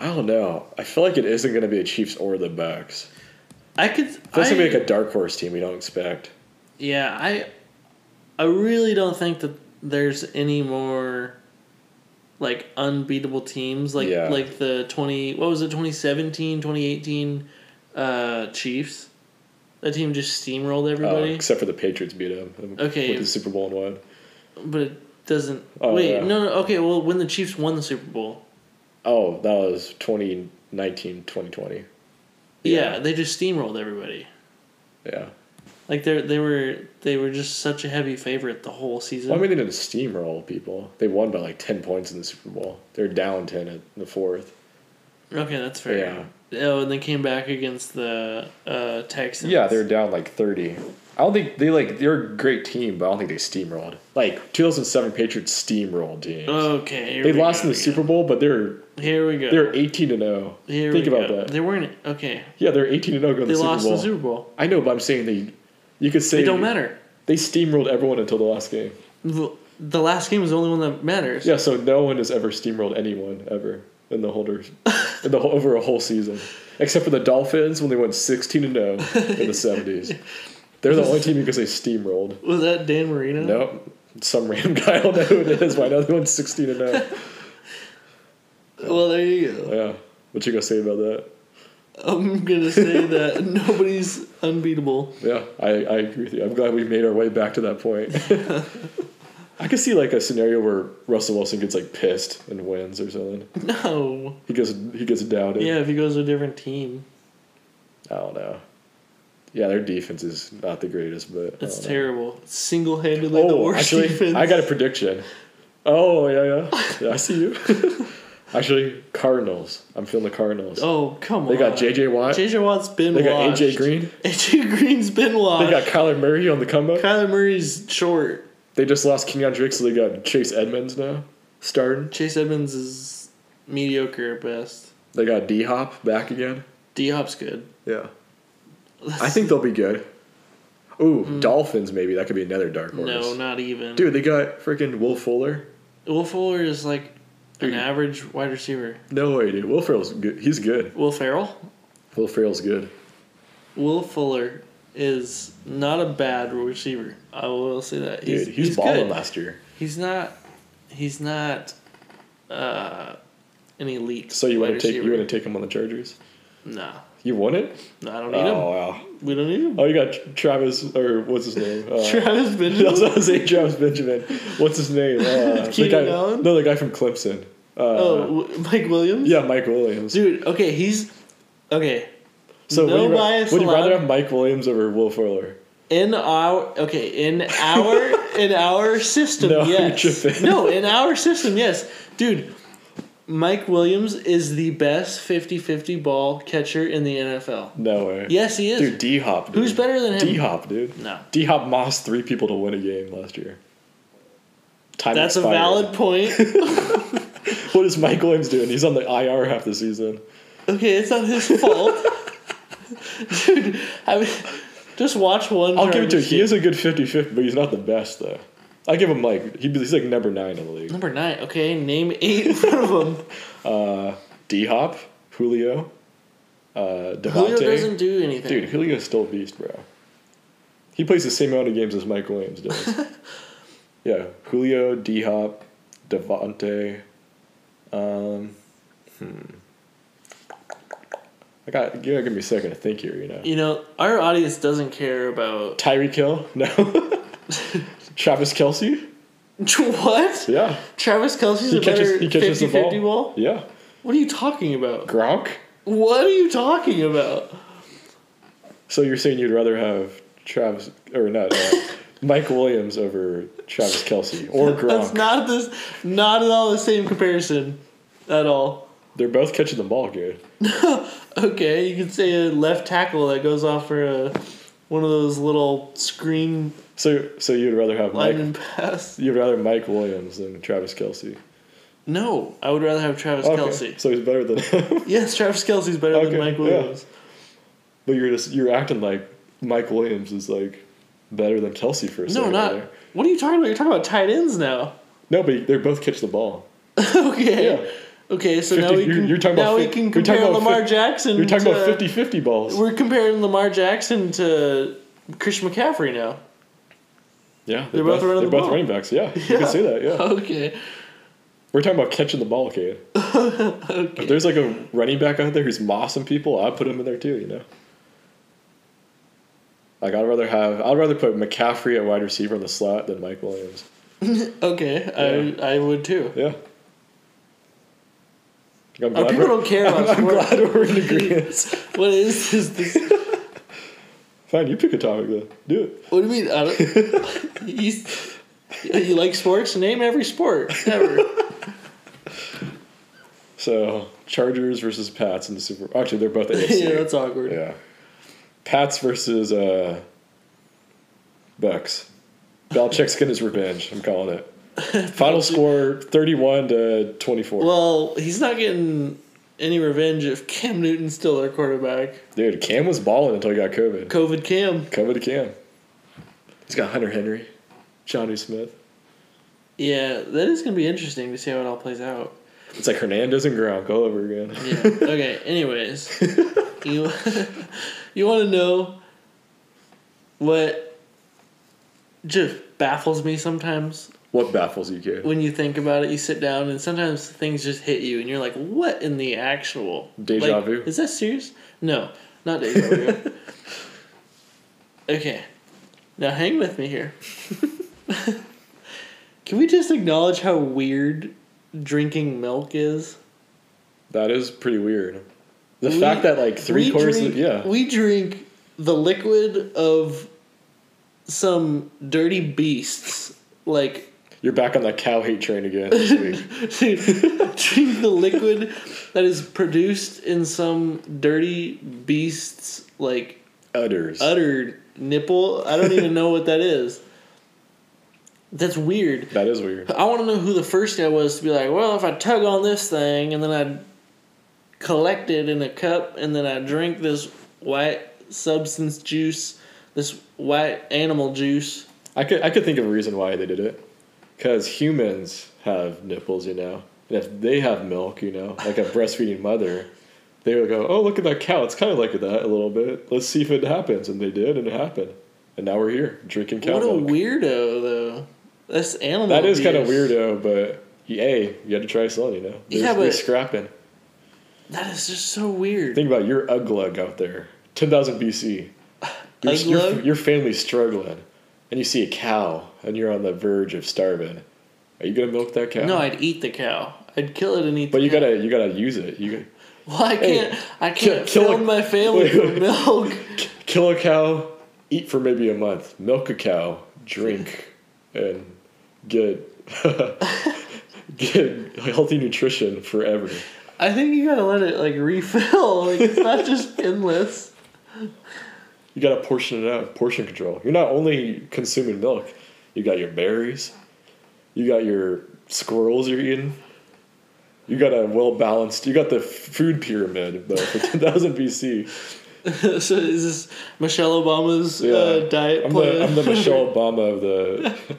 S1: I don't know. I feel like it isn't gonna be the Chiefs or the Bucks.
S2: I could.
S1: That's
S2: I-
S1: gonna be like a dark horse team we don't expect. uh,
S2: Yeah, I I really don't think that there's any more like unbeatable teams like
S1: Yeah.
S2: like the 20 what was it 2017 2018 uh Chiefs. That team just steamrolled
S1: Uh,
S2: everybody.
S1: except for the Patriots beat them
S2: Okay.
S1: with the Super Bowl and one.
S2: but it doesn't
S1: Oh,
S2: Wait,
S1: yeah.
S2: no no okay, well when the Chiefs won the Super Bowl.
S1: Oh, that was 2019, 2020.
S2: Yeah,
S1: Yeah.
S2: they just steamrolled everybody.
S1: Yeah.
S2: Like they they were they were just such a heavy favorite the whole season.
S1: Well, I mean, they didn't steamroll people. They won by like 10 points in the Super Bowl. They're down 10 at the fourth.
S2: okay, that's fair. Oh, and they came back against the uh Texans.
S1: Yeah, they're down like 30. I don't think they like, they're a great team, but I don't think they steamrolled. Like, 2007 Patriots steamrolled teams.
S2: Okay. Oh, here
S1: they
S2: we
S1: lost
S2: go
S1: in the
S2: again.
S1: Super Bowl, but they're
S2: Here we go.
S1: they're 18 and 0.
S2: Here
S1: Think
S2: we
S1: about
S2: go.
S1: that.
S2: They weren't okay.
S1: yeah, they're 18 and 0 going
S2: They
S1: to the Super
S2: lost
S1: Bowl.
S2: the Super Bowl.
S1: I know, but I'm saying they, you could say
S2: It don't matter.
S1: They steamrolled everyone until the last game.
S2: The the last game is the only one that
S1: (laughs)
S2: matters.
S1: Yeah, so no one has ever steamrolled anyone ever in the holder in the whole- over a whole season, except for the Dolphins when they went sixteen to zero in the seventies. They're the only team you can say steamrolled.
S2: Was that Dan Marino?
S1: Nope, some random guy I don't know who it is. Why another one's sixteen to zero?
S2: Well, there you go.
S1: Yeah, what you gonna say about that?
S2: I'm
S1: (laughs)
S2: gonna say that nobody's unbeatable.
S1: Yeah, I, I agree with you. I'm glad we made our way back to that point. (laughs) I could see like a scenario where Russell Wilson gets like pissed and wins or something.
S2: No.
S1: He gets he gets doubted.
S2: Yeah, if he goes to a different team,
S1: I don't know. Yeah, their defense is not the greatest, but I
S2: it's
S1: don't know.
S2: terrible. Single handedly the
S1: Oh,
S2: worst
S1: actually,
S2: defense.
S1: I got a prediction. Oh yeah, yeah, yeah I see you. (laughs) actually, Cardinals. I'm feeling the Cardinals.
S2: (laughs) Oh come
S1: they
S2: on.
S1: got JJ Watt.
S2: JJ Watt's been
S1: they got
S2: washed.
S1: AJ
S2: (laughs)
S1: Green.
S2: AJ Green's been washed.
S1: They got Kyler Murray on the comeback.
S2: Kyler Murray's short.
S1: they just lost Kenyon Drake, so they got Chase Edmonds now starting.
S2: Chase Edmonds is mediocre at best.
S1: They got D Hop back again.
S2: D Hop's good.
S1: Yeah, I think they'll be good. Ooh, Dolphins maybe that could be another dark horse.
S2: (laughs) Mm. no, not even.
S1: dude, they got freaking Will Fuller.
S2: Will Fuller is like an
S1: Dude.
S2: average wide receiver.
S1: No way, dude. Will Ferrell's good. He's good.
S2: Will Farrell?
S1: Will Ferrell's good.
S2: Will Fuller is not a bad receiver. I will say that.
S1: Dude, he was balling
S2: good.
S1: last year.
S2: He's not. He's not. Uh, an elite.
S1: So you
S2: wide
S1: want to take you
S2: receiver.
S1: want to take him on the Chargers?
S2: No,
S1: You won it?
S2: no, I don't need
S1: Oh
S2: him.
S1: wow!
S2: We don't need him.
S1: Oh, you got Travis or what's his
S2: (laughs)
S1: name? Uh, (laughs)
S2: Travis
S1: I was
S2: Benjamin.
S1: gonna say Travis Benjamin. What's his name?
S2: (laughs)
S1: Uh, the guy,
S2: Keenan Allen?
S1: no, the guy from Clemson. Uh,
S2: oh, w- Mike Williams.
S1: yeah, Mike Williams.
S2: dude. Okay, he's okay.
S1: So
S2: no
S1: would you, ra-
S2: bias
S1: would you rather
S2: allowed.
S1: have Mike Williams over Will Fuller?
S2: In our okay, in our in our
S1: (laughs)
S2: system,
S1: No, you're
S2: yes.
S1: tripping.
S2: No, in our system, yes. Dude, Mike Williams is the best 50-50 ball catcher in the NFL.
S1: No way.
S2: Yes, he is.
S1: Dude, D Hop.
S2: Who's better than him?
S1: D Hop, dude.
S2: No.
S1: D Hop mossed three people to win a game last year. Time
S2: That's a
S1: expired. (laughs)
S2: valid point.
S1: What is Mike Williams doing? He's on the IR half the season.
S2: Okay, it's not his fault. Dude, I mean, just watch one.
S1: I'll give it to
S2: Chargers
S1: him. He is
S2: game.
S1: a good 50 50, but he's not the best, though. I give him like, he- he's like number nine in the
S2: (laughs)
S1: league.
S2: number nine. Okay, name eight (laughs) in front of him.
S1: Uh, D Hop, Julio, uh,
S2: Julio
S1: Devontae.
S2: doesn't do anything.
S1: Dude, Julio's still a beast, bro. He plays the same amount of games as Mike Williams
S2: (laughs)
S1: does. yeah, Julio, D Hop, Devontae. Um, hmm. I got, you gotta give me a second to think here, you know.
S2: you know our audience doesn't care about (laughs)
S1: Tyree Kill? No. (laughs) Travis Kelsey?
S2: what.
S1: Yeah.
S2: Travis Kelsey's
S1: He
S2: a
S1: catches,
S2: better
S1: he catches the
S2: 50
S1: ball.
S2: 50 ball?
S1: Yeah.
S2: What are you talking about?
S1: Gronk?
S2: What are you talking about?
S1: So you're saying you'd rather have Travis, or not, uh,
S2: (laughs)
S1: Mike Williams over Travis Kelsey or Gronk?
S2: That's not this, not at all the same comparison at all.
S1: They're both catching the ball, Garrett.
S2: Okay, you can say a left tackle that goes off for a one of those little screen
S1: So, so you'd rather have Mike?
S2: lineman pass.
S1: You'd rather Mike Williams than Travis Kelsey?
S2: No, I would rather have Travis
S1: Okay,
S2: Kelsey.
S1: So he's better than him. (laughs)
S2: Yes, Travis Kelsey's better
S1: Okay,
S2: than Mike
S1: yeah.
S2: Williams.
S1: but you're just you're acting like Mike Williams is like better than Kelsey for a
S2: No,
S1: second.
S2: not.
S1: there.
S2: What are you talking about? You're talking about tight ends now. (laughs)
S1: No, but they both catch the ball.
S2: okay.
S1: Yeah.
S2: Okay, so now
S1: 50
S2: we
S1: you're-
S2: can
S1: you're talking
S2: now
S1: about
S2: we
S1: fif-
S2: can
S1: you're talking
S2: compare
S1: about
S2: Lamar
S1: fif-
S2: Jackson.
S1: You're talking
S2: to,
S1: about 50-50 balls.
S2: uh, (laughs) We're comparing Lamar Jackson to Christian McCaffrey now.
S1: yeah,
S2: they're both running
S1: they're
S2: the
S1: both
S2: ball.
S1: running backs. Yeah, you can see that. Yeah,
S2: (laughs) Okay.
S1: we're talking about catching the ball, Cade. If
S2: Okay.
S1: there's like a running back out there who's mossing people, I'd put him in there too. You know, like I'd rather have I'd rather put McCaffrey at wide receiver in the slot than Mike Williams.
S2: Okay. I I would too.
S1: Yeah. I'm
S2: Our
S1: glad
S2: Oh, people
S1: we're-
S2: don't care
S1: (laughs)
S2: about
S1: I'm, I'm
S2: sports.
S1: glad we're in
S2: (laughs)
S1: agreement.
S2: What is this? this
S1: Fine, you pick a topic then. Do it.
S2: what do you mean? I don't, (laughs) you, you like sports? Name every sport (laughs) ever.
S1: So Chargers versus Pats in the Super. Actually, they're both AFC.
S2: (laughs) yeah, that's awkward.
S1: Yeah. Pats versus uh, Bucks. Belichick's getting his revenge. I'm calling it. Final score 31 to 24.
S2: Well, he's not getting any revenge if Cam Newton's still their quarterback.
S1: Dude, Cam was balling until he got COVID.
S2: COVID Cam.
S1: COVID to Cam. He's got Hunter Henry, Johnny Smith.
S2: Yeah, that is going to be interesting to see how it all plays out.
S1: It's like Hernandez and Gronk all over again.
S2: Yeah. Okay.
S1: (laughs)
S2: Anyways, you (laughs) you want to know what just baffles me sometimes
S1: What baffles you, kid?
S2: when you think about it. You sit down and sometimes things just hit you, and you're like, "What in the actual
S1: Deja
S2: like,
S1: vu?
S2: Is that serious? No, not deja
S1: (laughs)
S2: vu. okay, now hang with me here. (laughs) Can we just acknowledge how weird drinking milk is?
S1: That is pretty weird. The
S2: We-
S1: fact that like three
S2: we
S1: quarters,
S2: drink,
S1: of, yeah,
S2: we drink the liquid of some dirty beasts like (laughs)
S1: you're back on that cow hate train again this week.
S2: Dude, drink the liquid that is produced in some dirty beast's like
S1: Udders.
S2: udder nipple. I don't even know what that is. That's weird.
S1: That is weird.
S2: I want to know who the first guy was to be like, well, if I tug on this thing and then I collect it in a cup and then I drink this white substance juice, this white animal juice.
S1: I could I could think of a reason why they did it. Because humans have nipples, you know. And if they have milk, you know, like a breastfeeding mother, they would go, "Oh, look at that cow. It's kind of like that a little bit. Let's see if it happens." And they did, and it happened. And now we're here drinking cow
S2: what a
S1: milk.
S2: weirdo, though. That's animal.
S1: that is kind of
S2: abuse.
S1: weirdo, but hey, you had to try something, you know. They're,
S2: Yeah,
S1: they're
S2: but-
S1: scrapping.
S2: That is just so weird.
S1: Think about your uglug out there, 10,000 BC. Your, your,
S2: Uglug?
S1: your family's struggling, and you see a cow, and you're on the verge of starving. Are you gonna milk that cow?
S2: No, I'd eat the cow. I'd kill it and eat.
S1: But
S2: the
S1: you
S2: cow. (laughs)
S1: gotta you gotta use it. You
S2: Well, I can't. I can't
S1: kill
S2: film
S1: a-
S2: my
S1: (laughs)
S2: family
S1: wait,
S2: for
S1: wait.
S2: milk.
S1: gotta kill a cow, eat for maybe a month, milk a cow, drink, and get (laughs) get healthy nutrition forever.
S2: I think you gotta let it like refill. Like
S1: (laughs)
S2: it's not just endless.
S1: You gotta portion it out, portion control. You're not only consuming milk, you got your berries, you got your squirrels you're eating, you got a well balanced, you got the food pyramid though for (laughs) 10,000 BC.
S2: (laughs) so is this Michelle Obama's uh,
S1: Yeah.
S2: diet
S1: I'm
S2: plan?
S1: the, I'm the Michelle Obama of the,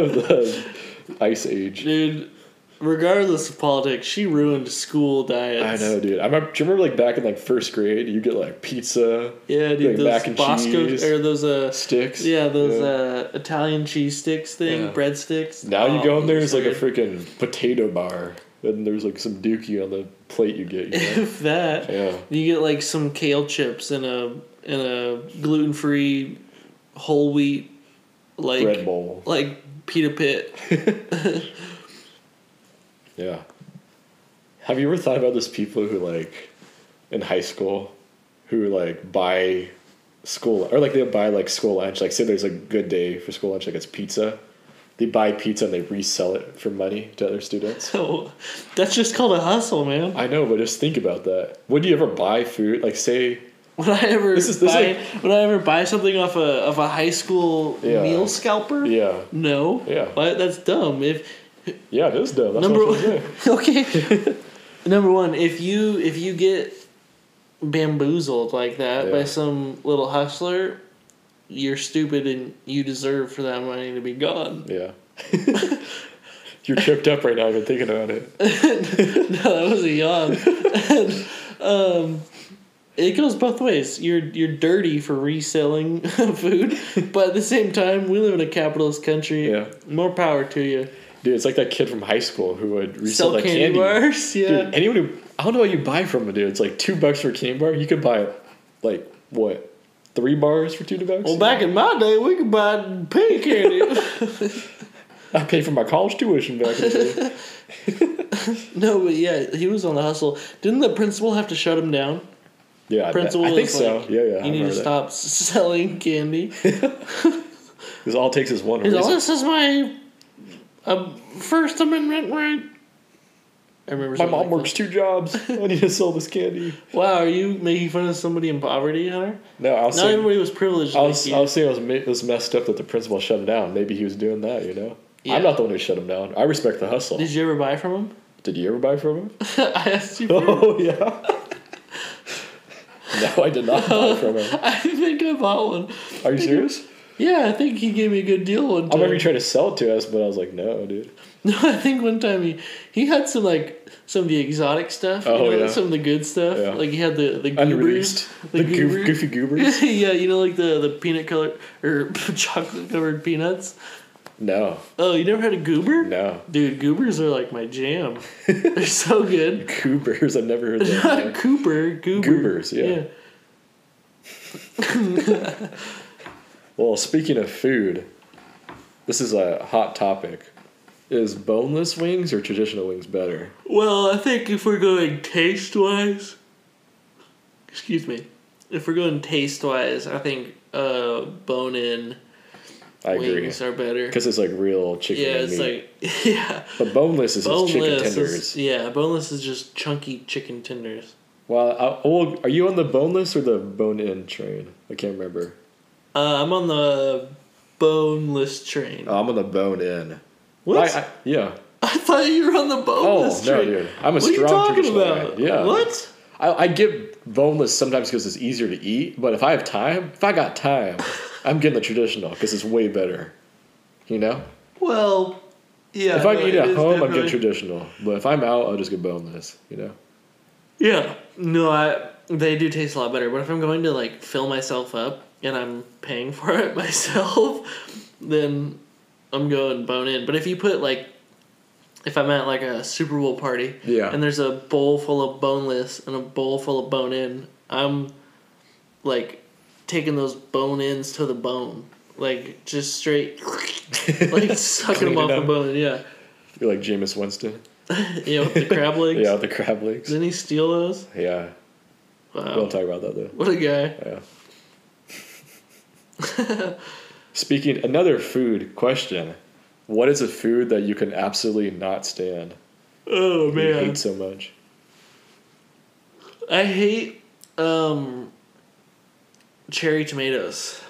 S1: of the (laughs) ice age.
S2: (laughs) Dude, regardless of politics, she ruined school
S1: I
S2: diets.
S1: know, dude. I remember, do you remember like back in like first grade, you get like pizza
S2: Yeah,
S1: Like
S2: dude, those
S1: mac and
S2: Bosco
S1: cheese.
S2: or those uh.
S1: sticks.
S2: Yeah, those Uh, Italian cheese sticks thing,
S1: Yeah.
S2: breadsticks.
S1: Now you
S2: Oh,
S1: go in there,
S2: those
S1: it's
S2: are
S1: like a
S2: (laughs) good.
S1: freaking potato bar, and there's like some dookie on the plate you get. You know?
S2: if that.
S1: Yeah.
S2: You get like some kale chips and a and a gluten free whole wheat (laughs) like
S1: Bread bowl.
S2: like
S1: (laughs)
S2: pita pit. (laughs)
S1: Yeah. Have you ever thought about those people who like in high school who like buy school or like they'll buy like school lunch, like say there's a good day for school lunch, like it's pizza. they buy pizza and they resell it for money to other students.
S2: (laughs) So that's just called a hustle, man.
S1: I know, but just think about that. Would you ever buy food? Like, say,
S2: Would I ever
S1: This is- this is
S2: buy?
S1: like-
S2: would I ever buy something off a of a high school
S1: Yeah.
S2: meal scalper?
S1: yeah,
S2: No.
S1: Yeah.
S2: Why- that's dumb. If
S1: yeah, it is dumb. That's
S2: number
S1: what I'm saying.
S2: one, (laughs)
S1: (laughs)
S2: okay. number one, if you if you get bamboozled like that by
S1: Yeah.
S2: some little hustler, you're stupid and you deserve for that money to be gone.
S1: Yeah. (laughs) You're tripped up right now, even thinking about it.
S2: no, (laughs) that was a
S1: (laughs)
S2: yawn. um, it goes both ways. You're you're dirty for reselling (laughs)
S1: (laughs)
S2: food, but at the same time, we live in a capitalist country.
S1: Yeah.
S2: More power to you.
S1: Dude, it's like that kid from high school who would resell
S2: Sell
S1: that
S2: candy,
S1: candy.
S2: bars. Yeah.
S1: Dude, anyone who I don't know what you buy from it, dude. It's like two bucks for a candy bar. You could buy like what? Three bars for two bucks?
S2: well, back in my day, we could buy penny
S1: (laughs)
S2: candy.
S1: I paid for my college tuition back in the
S2: (laughs)
S1: day.
S2: no, but yeah, he was on the hustle. Didn't the principal have to shut him down?
S1: Yeah, I,
S2: Principal,
S1: I think
S2: was
S1: so.
S2: like,
S1: yeah, yeah. I
S2: You need to
S1: remember that.
S2: stop s-
S1: (laughs)
S2: selling candy.
S1: This all it takes is one
S2: He's all,
S1: reason.
S2: this is my um, First Amendment right. I remember
S1: My
S2: something
S1: mom
S2: like
S1: works two jobs. I need to sell this
S2: (laughs)
S1: candy.
S2: that. Wow, are you making fun of somebody in poverty, Hunter?
S1: No, I was
S2: Not
S1: saying,
S2: everybody was privileged.
S1: I
S2: like
S1: was,
S2: you.
S1: I was saying it was, me- it was messed up that the principal shut him down. Maybe he was doing that, you know?
S2: Yeah.
S1: I'm not the one who shut him down. I respect the hustle.
S2: Did
S1: Did you,
S2: you ever buy from him? (laughs)
S1: ever buy from him?
S2: I asked you. first.
S1: oh, yeah. no, I did not buy from him.
S2: I think I bought one.
S1: Are you serious?
S2: Yeah, I think he gave me a good deal one time.
S1: I remember he tried to sell it to us, but I was like, no, dude.
S2: No, (laughs) I think one time he he had some like some of the exotic stuff.
S1: Oh,
S2: you know,
S1: yeah.
S2: some of the good stuff.
S1: Yeah.
S2: Like he had the the goobers,
S1: Unreleased. The, goof-
S2: goober- (laughs)
S1: goofy goobers?
S2: yeah, you know, like the the peanut color or (laughs) chocolate covered peanuts.
S1: no,
S2: Oh, you never had a goober?
S1: no.
S2: Dude, goobers are like my jam. (laughs) They're so good.
S1: Goobers, I've never heard
S2: (laughs) Not
S1: that.
S2: Cooper, goober.
S1: Goobers, yeah. well, speaking of food, this is a hot topic. Is boneless wings or traditional wings better?
S2: Well, I think if we're going taste wise, excuse me, if we're going taste wise, I think uh, bone in
S1: I agree.
S2: wings are better.
S1: Because it's like real chicken
S2: Yeah,
S1: and
S2: it's
S1: meat.
S2: like (laughs) yeah,
S1: but boneless is just chicken
S2: boneless.
S1: tenders.
S2: Is, e- yeah, boneless is just chunky chicken tenders.
S1: Well, I, well, are you on the boneless or the bone-in train? I can't remember.
S2: Uh, I'm on the boneless train.
S1: Oh, I'm on the bone-in.
S2: what?
S1: I,
S2: (laughs) I,
S1: I- yeah.
S2: thought you were on the
S1: Oh
S2: boneless
S1: no,
S2: train.
S1: dude. I'm a
S2: what are
S1: strong
S2: you talking
S1: traditional guy.
S2: about?
S1: Yeah.
S2: What?
S1: I, I get boneless sometimes because it's easier to eat, but if I have time, if I got
S2: (laughs)
S1: time, I'm getting the traditional because it's way better. You know,
S2: Well, yeah.
S1: if I'm
S2: no,
S1: eating
S2: it
S1: at
S2: is
S1: home, I'm
S2: definitely-
S1: getting traditional, but if I'm out, I'll just get boneless. You know.
S2: Yeah. No, I they do taste a lot better. But if I'm going to like fill myself up and I'm paying for it (laughs) myself, then I'm going bone in. But if you put like if I'm at like a Super Bowl party
S1: Yeah.
S2: and there's a bowl full of boneless and a bowl full of bone in, I'm like taking those bone ins to the bone. Like just straight (laughs) like
S1: (laughs)
S2: sucking
S1: Cleaning
S2: them off the
S1: up.
S2: bone, yeah.
S1: You're like Jameis Winston.
S2: You know, with the crab
S1: (laughs)
S2: legs.
S1: Yeah, the crab legs.
S2: Didn't he steal those?
S1: Yeah,
S2: Wow.
S1: we'll talk about that though.
S2: what a guy.
S1: Yeah. Speaking another food question, what is a food that you can absolutely not stand?
S2: Oh
S1: that You
S2: man,
S1: hate so much.
S2: I hate um cherry tomatoes.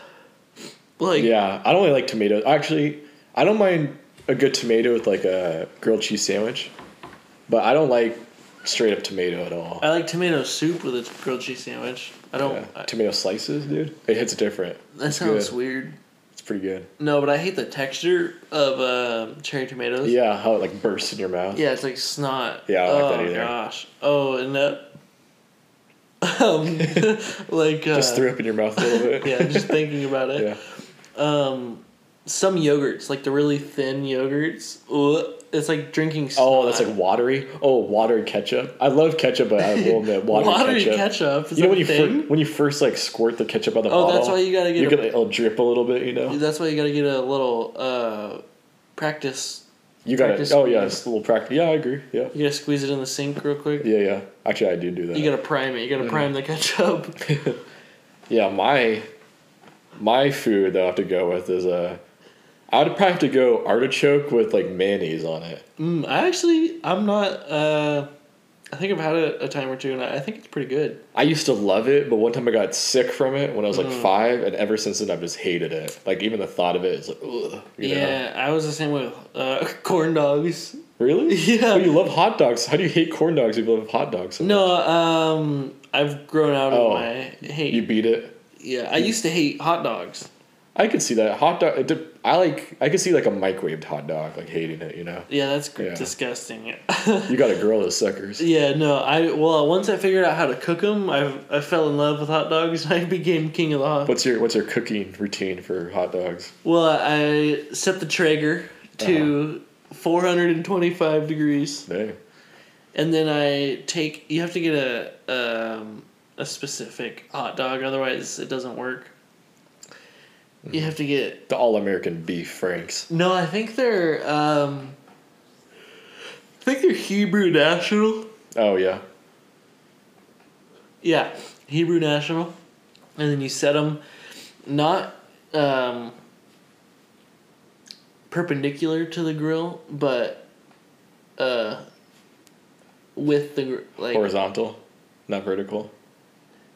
S2: Like
S1: Yeah, I don't really like tomatoes. Actually, I don't mind a good tomato with like a grilled cheese sandwich, but I don't like straight up tomato at all.
S2: I like tomato soup with a grilled cheese sandwich. I don't.
S1: Yeah.
S2: I-
S1: Tomato slices, dude. It hits different.
S2: that
S1: It's
S2: sounds
S1: good.
S2: weird.
S1: It's pretty good.
S2: No, but I hate the texture of um cherry tomatoes.
S1: Yeah, how it like bursts in your mouth.
S2: Yeah, it's like snot.
S1: Yeah, I don't
S2: oh
S1: like that either.
S2: gosh. Oh, and that. (laughs) Um, (laughs) like uh,
S1: Just threw up in your mouth a little bit. (laughs)
S2: yeah, just thinking about it.
S1: yeah.
S2: Um, some yogurts, like the really thin yogurts, ugh, it's like drinking.
S1: Oh, that's
S2: snot.
S1: like watery. Oh, watery ketchup. I love ketchup, but I will admit watery,
S2: Watery
S1: ketchup.
S2: ketchup is
S1: You know when
S2: a
S1: you
S2: thing?
S1: fir- when you first like squirt the ketchup out the
S2: Oh,
S1: bottle.
S2: that's why you gotta get
S1: You
S2: a-
S1: can like, it'll drip a little bit. You know.
S2: That's why you gotta get a little uh, practice.
S1: You got
S2: practice
S1: to Oh yeah,
S2: squeeze.
S1: it's a little practice. Yeah, I agree. Yeah.
S2: You gotta squeeze it in the sink real quick.
S1: Yeah, yeah. Actually, I do do that.
S2: You gotta prime it. You gotta prime the (laughs) ketchup.
S1: yeah, my my food that I have to go with is Uh, I'd probably have to go artichoke with like mayonnaise on it.
S2: Mm, I actually, I'm not. Uh, I think I've had it a time or two, and I, I think it's pretty good.
S1: I used to love it, but one time I got sick from it when I was
S2: Mm.
S1: like five, and ever since then I've just hated it. Like even the thought of it is like, ugh. You Know?
S2: yeah, I was the same way with uh, (laughs) corn dogs.
S1: Really?
S2: (laughs) Yeah.
S1: But you love hot dogs. How do you hate corn dogs if you love hot dogs? so much?
S2: No, um, I've grown out
S1: Oh.
S2: of my hate.
S1: You beat it.
S2: yeah, I used to hate hot dogs.
S1: I could see that hot dog. It dep- I like. I could see like a microwaved hot dog, like hating it. You know,
S2: Yeah, that's gr-
S1: Yeah.
S2: disgusting. (laughs)
S1: you got to grill those suckers.
S2: yeah, no, I well once I figured out how to cook them, I I fell in love with hot dogs and I (laughs) became king of the hot.
S1: What's your What's your cooking routine for hot dogs?
S2: Well, I set the Traeger to 425 degrees,
S1: Dang.
S2: and then I take. You have to get a um, a specific hot dog, otherwise it doesn't work. You have to get
S1: The all American beef franks.
S2: No, I think they're um I think they're Hebrew National.
S1: Oh yeah.
S2: Yeah, Hebrew National. And then you set them not um perpendicular to the grill, but uh with the gr- like
S1: Horizontal, not vertical.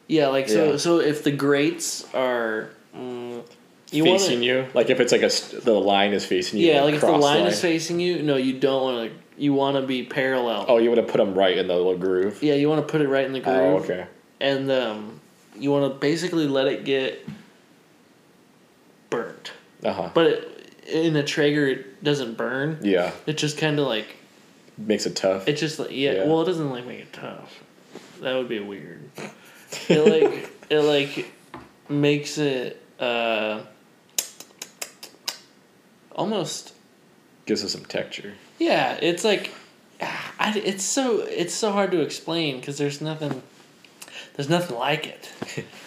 S2: yeah, like so
S1: Yeah.
S2: so if the grates are mm, you want
S1: facing you, like if it's like a st- the line is facing you.
S2: yeah, like if the
S1: cross
S2: line, is facing you, no, you don't want to. You want to be parallel.
S1: Oh, you want to put them right in the little groove.
S2: Yeah, you want to put it right in the groove.
S1: Oh, okay.
S2: and um, you want to basically let it get burnt.
S1: Uh huh.
S2: But it, in a Traeger, it doesn't burn.
S1: Yeah,
S2: It just kind of like
S1: makes it tough.
S2: it just like yeah,
S1: Yeah.
S2: Well, it doesn't like make it tough. That would be weird. It
S1: (laughs)
S2: like it like makes it uh, almost
S1: Gives it some texture.
S2: yeah. It's like ah, I, it's so it's so hard to explain because there's nothing there's nothing like it.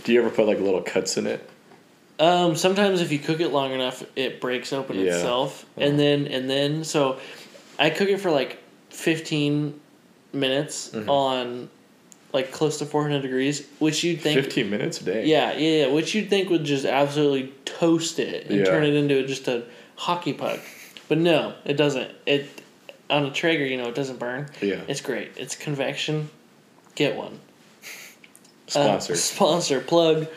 S1: Do you ever put like little cuts in it?
S2: Um, sometimes if you cook it long enough, it breaks open
S1: Yeah.
S2: itself, and then and then so, I cook it for like fifteen minutes
S1: Mm-hmm.
S2: on, like close to four hundred degrees, which you'd think,
S1: Fifteen minutes a day.
S2: yeah, yeah, yeah, which you'd think would just absolutely toast it and
S1: Yeah.
S2: turn it into just a hockey puck, but no, it doesn't. It on a Traeger, you know, it doesn't burn.
S1: Yeah.
S2: It's great. It's convection. Get one uh,
S1: Sponsored.
S2: sponsor (laughs) plug.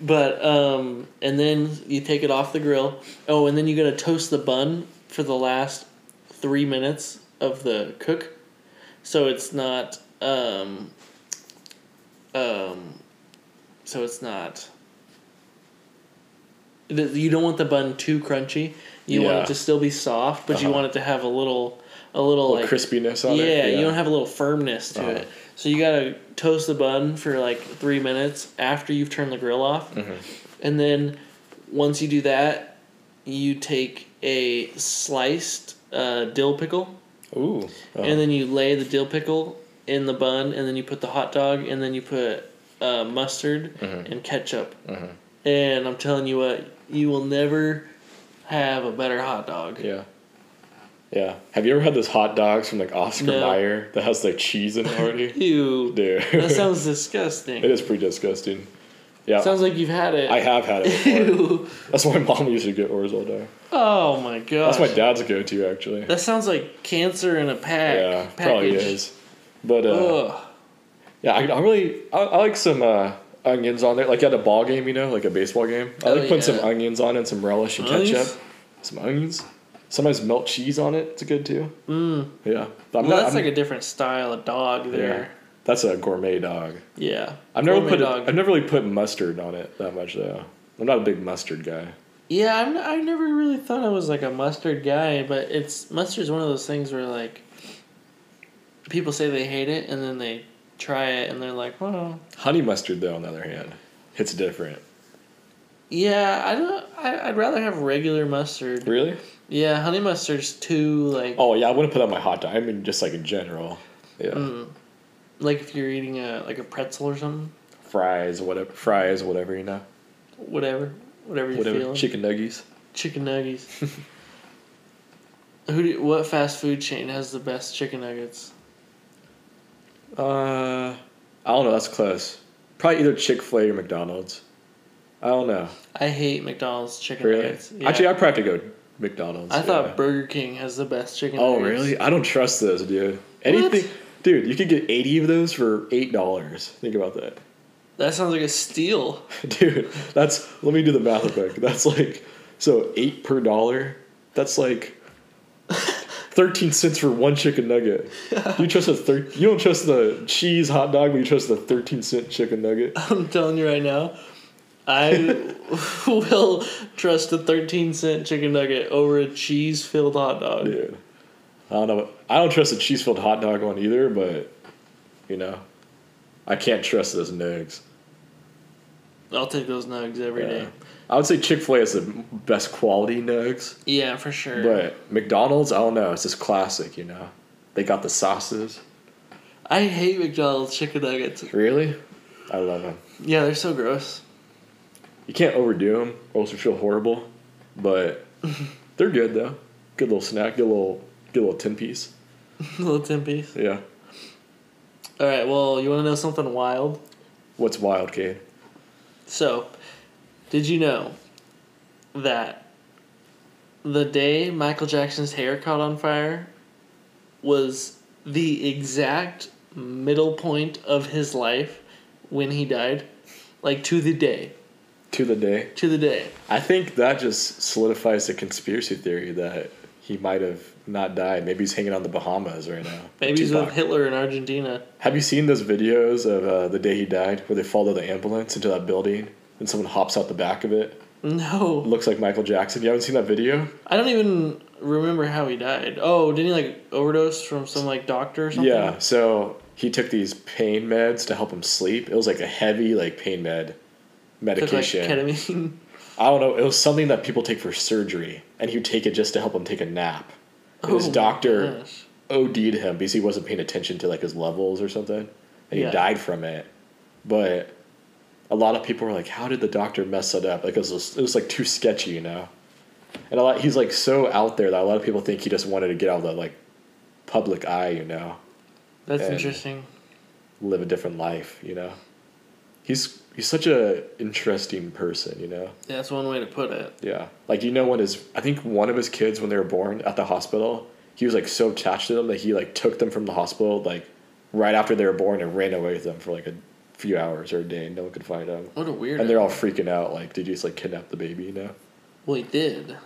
S2: but um, and then you take it off the grill. Oh, and then you gotta toast the bun for the last three minutes of the cook, so it's not um, um, so it's not. th- You don't want the bun too crunchy. You want
S1: Yeah.
S2: it to still be soft, but you
S1: Uh-huh.
S2: want it to have a little, a little,
S1: Little
S2: like
S1: crispiness on
S2: yeah,
S1: it.
S2: you don't have a little firmness to
S1: Uh-huh.
S2: it. So you gotta toast the bun for like three minutes after you've turned the grill off,
S1: Mm-hmm.
S2: and then once you do that, you take a sliced uh, dill pickle,
S1: Ooh. Uh-huh.
S2: and then you lay the dill pickle in the bun, and then you put the hot dog, and then you put uh, mustard
S1: Mm-hmm.
S2: and ketchup. And I'm telling you what, you will never have a better hot dog.
S1: Yeah. Yeah. Have you ever had those hot dogs from like Oscar
S2: No.
S1: Mayer that has like cheese in it
S2: (laughs)
S1: already?
S2: Ew,
S1: Dude.
S2: that sounds disgusting.
S1: (laughs) it is pretty disgusting. Yeah.
S2: Sounds like you've had it.
S1: I
S2: (laughs)
S1: have had it before.
S2: Ew.
S1: That's why mom used to get ours all day.
S2: Oh my gosh.
S1: That's my dad's go to actually.
S2: That sounds like cancer in a pack.
S1: Yeah,
S2: package.
S1: probably is. But uh,
S2: Ugh.
S1: Yeah, I, I really I, I like some uh, onions on there. Like at a ball game, you know, like a baseball game. I
S2: Oh,
S1: like putting some
S2: yeah.
S1: onions on and some relish and
S2: Onions?
S1: ketchup. Some onions. Sometimes melt cheese on it. It's good too. Mm. Yeah, But I'm
S2: Well,
S1: not-
S2: that's
S1: I'm-
S2: like a different style of dog
S1: yeah,
S2: there.
S1: that's a gourmet dog.
S2: Yeah.
S1: I've never
S2: Gourmet
S1: put
S2: dog.
S1: I've never really put mustard on it that much though. I'm not a big mustard guy.
S2: yeah, I'm, I never really thought I was like a mustard guy, but it's mustard's one of those things where like people say they hate it and then they try it and they're like, well,
S1: Honey mustard though, on the other hand, it's different.
S2: yeah, I don't. I, I'd rather have regular mustard.
S1: Really?
S2: Yeah, honey mustard's too like
S1: Oh yeah, I wouldn't put that on my hot dog. I mean, just like in general. Yeah,
S2: Mm. like if you're eating a like a pretzel or something,
S1: fries, whatever, fries, whatever you know,
S2: whatever, whatever you
S1: whatever,
S2: feel.
S1: chicken nuggies.
S2: Chicken nuggets.
S1: (laughs)
S2: Who? Do, what fast food chain has the best chicken nuggets?
S1: Uh, I don't know. That's close. Probably either Chick Fil A or McDonald's. I don't know.
S2: I hate McDonald's chicken
S1: Really?
S2: nuggets. Yeah.
S1: Actually, I probably have to go McDonald's.
S2: I
S1: yeah.
S2: thought Burger King has the best chicken.
S1: Oh
S2: nuggets.
S1: really? I don't trust those, dude. Anything, dude. You could get eighty of those for eight dollars. Think about that, (laughs)
S2: That sounds like a steal. (laughs)
S1: dude. That's let me do the math real quick. That's like so eight per dollar. That's like thirteen cents for one chicken nugget. You trust a thir- You don't trust the cheese hot dog, but you trust the thirteen cent chicken nugget.
S2: I'm telling you right now, I (laughs) will trust a 13 cent chicken nugget over a cheese filled hot dog.
S1: Dude, I don't know. I don't trust a cheese filled hot dog one either, but you know, I can't trust those nugs.
S2: I'll take those nugs every day.
S1: Yeah. I would say Chick Fil A has the best quality nugs,
S2: Yeah, for sure.
S1: but McDonald's, I don't know. It's just classic, you know. They got the sauces.
S2: I hate McDonald's chicken nuggets.
S1: Really, I love them.
S2: Yeah, they're so gross. (laughs)
S1: You can't overdo them, or else you feel horrible.
S2: (laughs)
S1: But they're good though. Good little snack. Good little, good little ten piece.
S2: Little ten piece.
S1: Yeah.
S2: All right. Well, you want to know something wild?
S1: What's wild, Cade?
S2: So, did you know that the day Michael Jackson's hair caught on fire was the exact middle point of his life when he died? Like to the day.
S1: To the day.
S2: To the day.
S1: I think that just solidifies the conspiracy theory that he might have not died. Maybe he's hanging on the Bahamas right now.
S2: Maybe he's
S1: Tupac.
S2: with Hitler in Argentina.
S1: Have you seen those videos of uh, the day he died, where they follow the ambulance into that building and someone hops out the back of it?
S2: No.
S1: Looks like Michael Jackson. You haven't seen that video?
S2: I don't even remember how he died. Oh, didn't he like overdose from some like doctor or something?
S1: Yeah. So he took these pain meds to help him sleep. It was like a heavy like pain med
S2: Took like
S1: medication.
S2: ketamine.
S1: I don't know. It was something that people take for surgery, and he would take it just to help him take a nap. And
S2: (laughs) Oh
S1: his
S2: my
S1: doctor
S2: gosh.
S1: OD'd him because he wasn't paying attention to like his levels or something, and
S2: Yeah.
S1: he died from it. But a lot of people were like, "How did the doctor mess it up?" Like it was, it was like too sketchy, you know. And a lot, he's like so out there that a lot of people think he just wanted to get out of the like public eye, you know,
S2: That's
S1: and-
S2: interesting.
S1: live a different life, you know. He's he's such a interesting person, you know.
S2: Yeah, that's one way to put it.
S1: Yeah. Like you know when his I think one of his kids when they were born at the hospital, he was like so attached to them that he like took them from the hospital like right after they were born and ran away with them for like a few hours or a day and no one could find him.
S2: What a weird.
S1: And they're all freaking out, like, did you just like kidnap the baby, you know?
S2: Well, he did.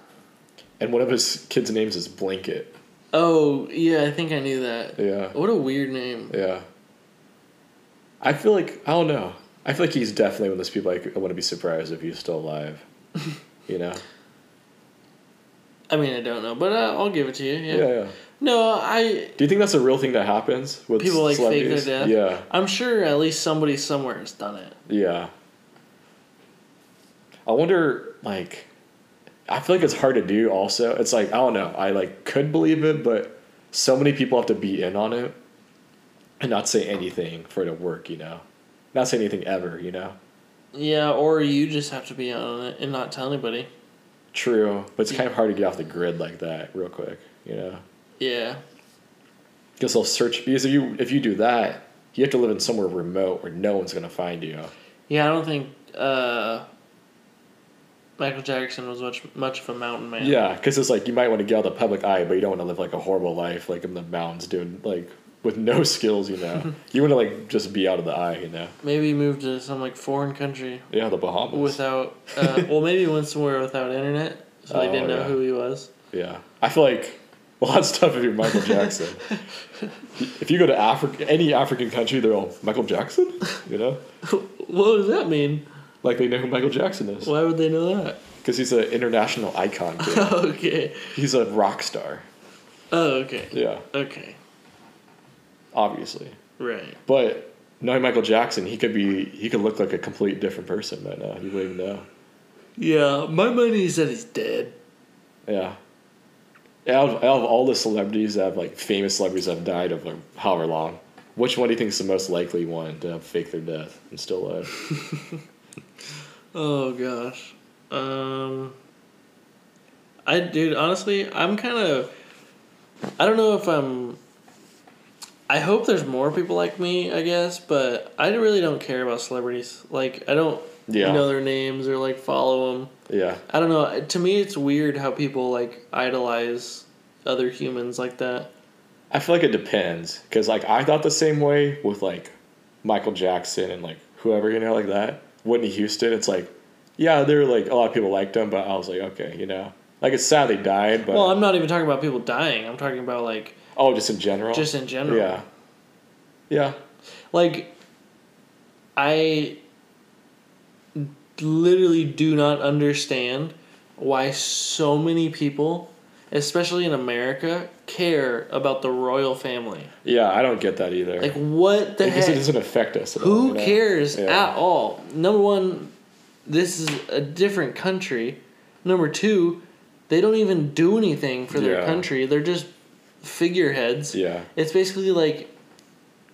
S1: And one of his kids' names is Blanket.
S2: Oh yeah, I think I knew that.
S1: Yeah.
S2: What a weird name.
S1: Yeah. I feel like I don't know. I feel like he's definitely one of those people I, I wouldn't be surprised if he's still
S2: (laughs)
S1: alive. you know?
S2: I mean, I don't know, but uh, I'll give it to you. Yeah.
S1: Yeah. yeah.
S2: No, I.
S1: Do you think that's a real thing that happens with
S2: People like fake their
S1: celebrities?
S2: death.
S1: Yeah.
S2: I'm sure at least somebody somewhere has done it.
S1: Yeah. I wonder, like, I feel like it's hard to do also. It's like, I don't know. I, like, could believe it, but so many people have to be in on it and not say anything for it to work, you know? Not say anything ever, you know?
S2: Yeah, or you just have to be on it and not tell anybody.
S1: True. But it's kind of hard to get off the grid like that real quick, you know?
S2: Yeah.
S1: Because they'll search. Because if you, if you do that, you have to live in somewhere remote where no one's going to find you.
S2: Yeah, I don't think uh, Michael Jackson was much much of a mountain man.
S1: Yeah, because it's like you might want to get out of the public eye, but you don't want to live like a horrible life, like in the mountains, doing like with no (laughs) skills. You know, you want to like just be out of the eye. You know,
S2: Maybe he moved to some like foreign country
S1: yeah, the Bahamas.
S2: without. Uh, well, maybe he went somewhere without internet, so they
S1: Oh,
S2: didn't know
S1: yeah.
S2: who he was.
S1: yeah, I feel like well, that's tough if you're Michael Jackson. if you go to Africa, any African country, they're all Michael Jackson. (laughs) You know,
S2: What does that mean?
S1: like they know who Michael Jackson is
S2: Why would they know that? (laughs)
S1: because he's an international icon. Kid.
S2: okay.
S1: he's a rock star.
S2: Oh, okay.
S1: Yeah,
S2: Okay.
S1: obviously.
S2: Right.
S1: But knowing Michael Jackson, he could be he could look like a complete different person right now. You wouldn't even know.
S2: Yeah, my money is that he's dead.
S1: Yeah. Out of, out of all the celebrities that have like famous celebrities that have died of like however long, which one do you think is the most likely one to have faked their death and still alive?
S2: Oh gosh. Um. I dude, honestly, I'm kind of. I don't know if I'm. I hope there's more people like me, I guess, but I really don't care about celebrities. Like, I don't
S1: Yeah.
S2: know their names or, like, follow them.
S1: Yeah.
S2: I don't know. To me, it's weird how people, like, idolize other humans like that.
S1: I feel like it depends because like I thought the same way with like Michael Jackson and like whoever you know like that Whitney Houston. It's like yeah, there were like a lot of people liked him, but I was like okay, you know, like it's sad they died, but
S2: Well, I'm not even talking about people dying. I'm talking about, like,
S1: oh, just in general,
S2: just in general.
S1: yeah, yeah,
S2: Like, I literally do not understand why so many people, especially in America, care about the royal family.
S1: yeah. I don't get that either
S2: Like, what the
S1: because it
S2: heck?
S1: doesn't affect us. At all,
S2: Who
S1: you know?
S2: cares
S1: Oh, Yeah.
S2: at all? Number one, this is a different country. Number two, they don't even do anything for their
S1: Yeah.
S2: country. They're just figureheads.
S1: Yeah,
S2: It's basically like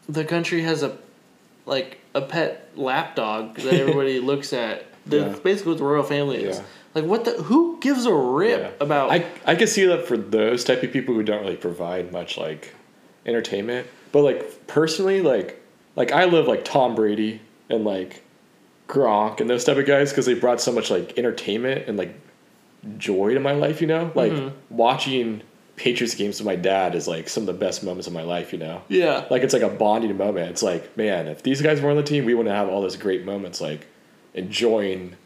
S2: the country has a like a pet lapdog
S1: (laughs)
S2: that everybody looks at. That's
S1: Yeah.
S2: basically what the royal family is.
S1: Yeah.
S2: Like what the who gives a rip
S1: yeah.
S2: about
S1: I I can see that for those type of people who don't really provide much like entertainment, but like personally, like like I love like Tom Brady and like Gronk and those type of guys because they brought so much like entertainment and like joy to my life. You know, like watching Patriots games with my dad is like some of the best moments of my life. You know,
S2: Yeah.
S1: like it's like a bonding moment. It's like, man, if these guys were on the team, we wouldn't have all those great moments like enjoying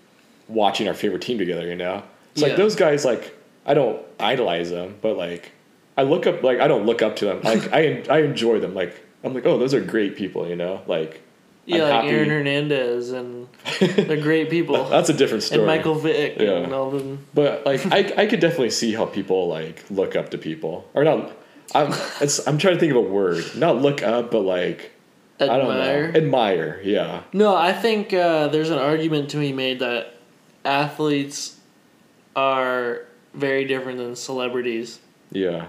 S1: watching our favorite team together, you know? It's
S2: Yeah.
S1: like those guys like I don't idolize them, but like I look up like I don't look up to them. Like I I enjoy them. Like I'm like, "Oh, those are great people," you know? Like (laughs)
S2: yeah,
S1: I'm
S2: like
S1: happy.
S2: Aaron Hernandez and the great people
S1: (laughs) that's a different story.
S2: and Michael Vick
S1: Yeah.
S2: and all them.
S1: But like I, I could definitely see how people like look up to people or not. I'm it's, I'm trying to think of a word. Not look up, but like
S2: Admire.
S1: I don't know. Admire, yeah.
S2: No, I think uh, there's an argument to be made that athletes are very different than celebrities.
S1: Yeah.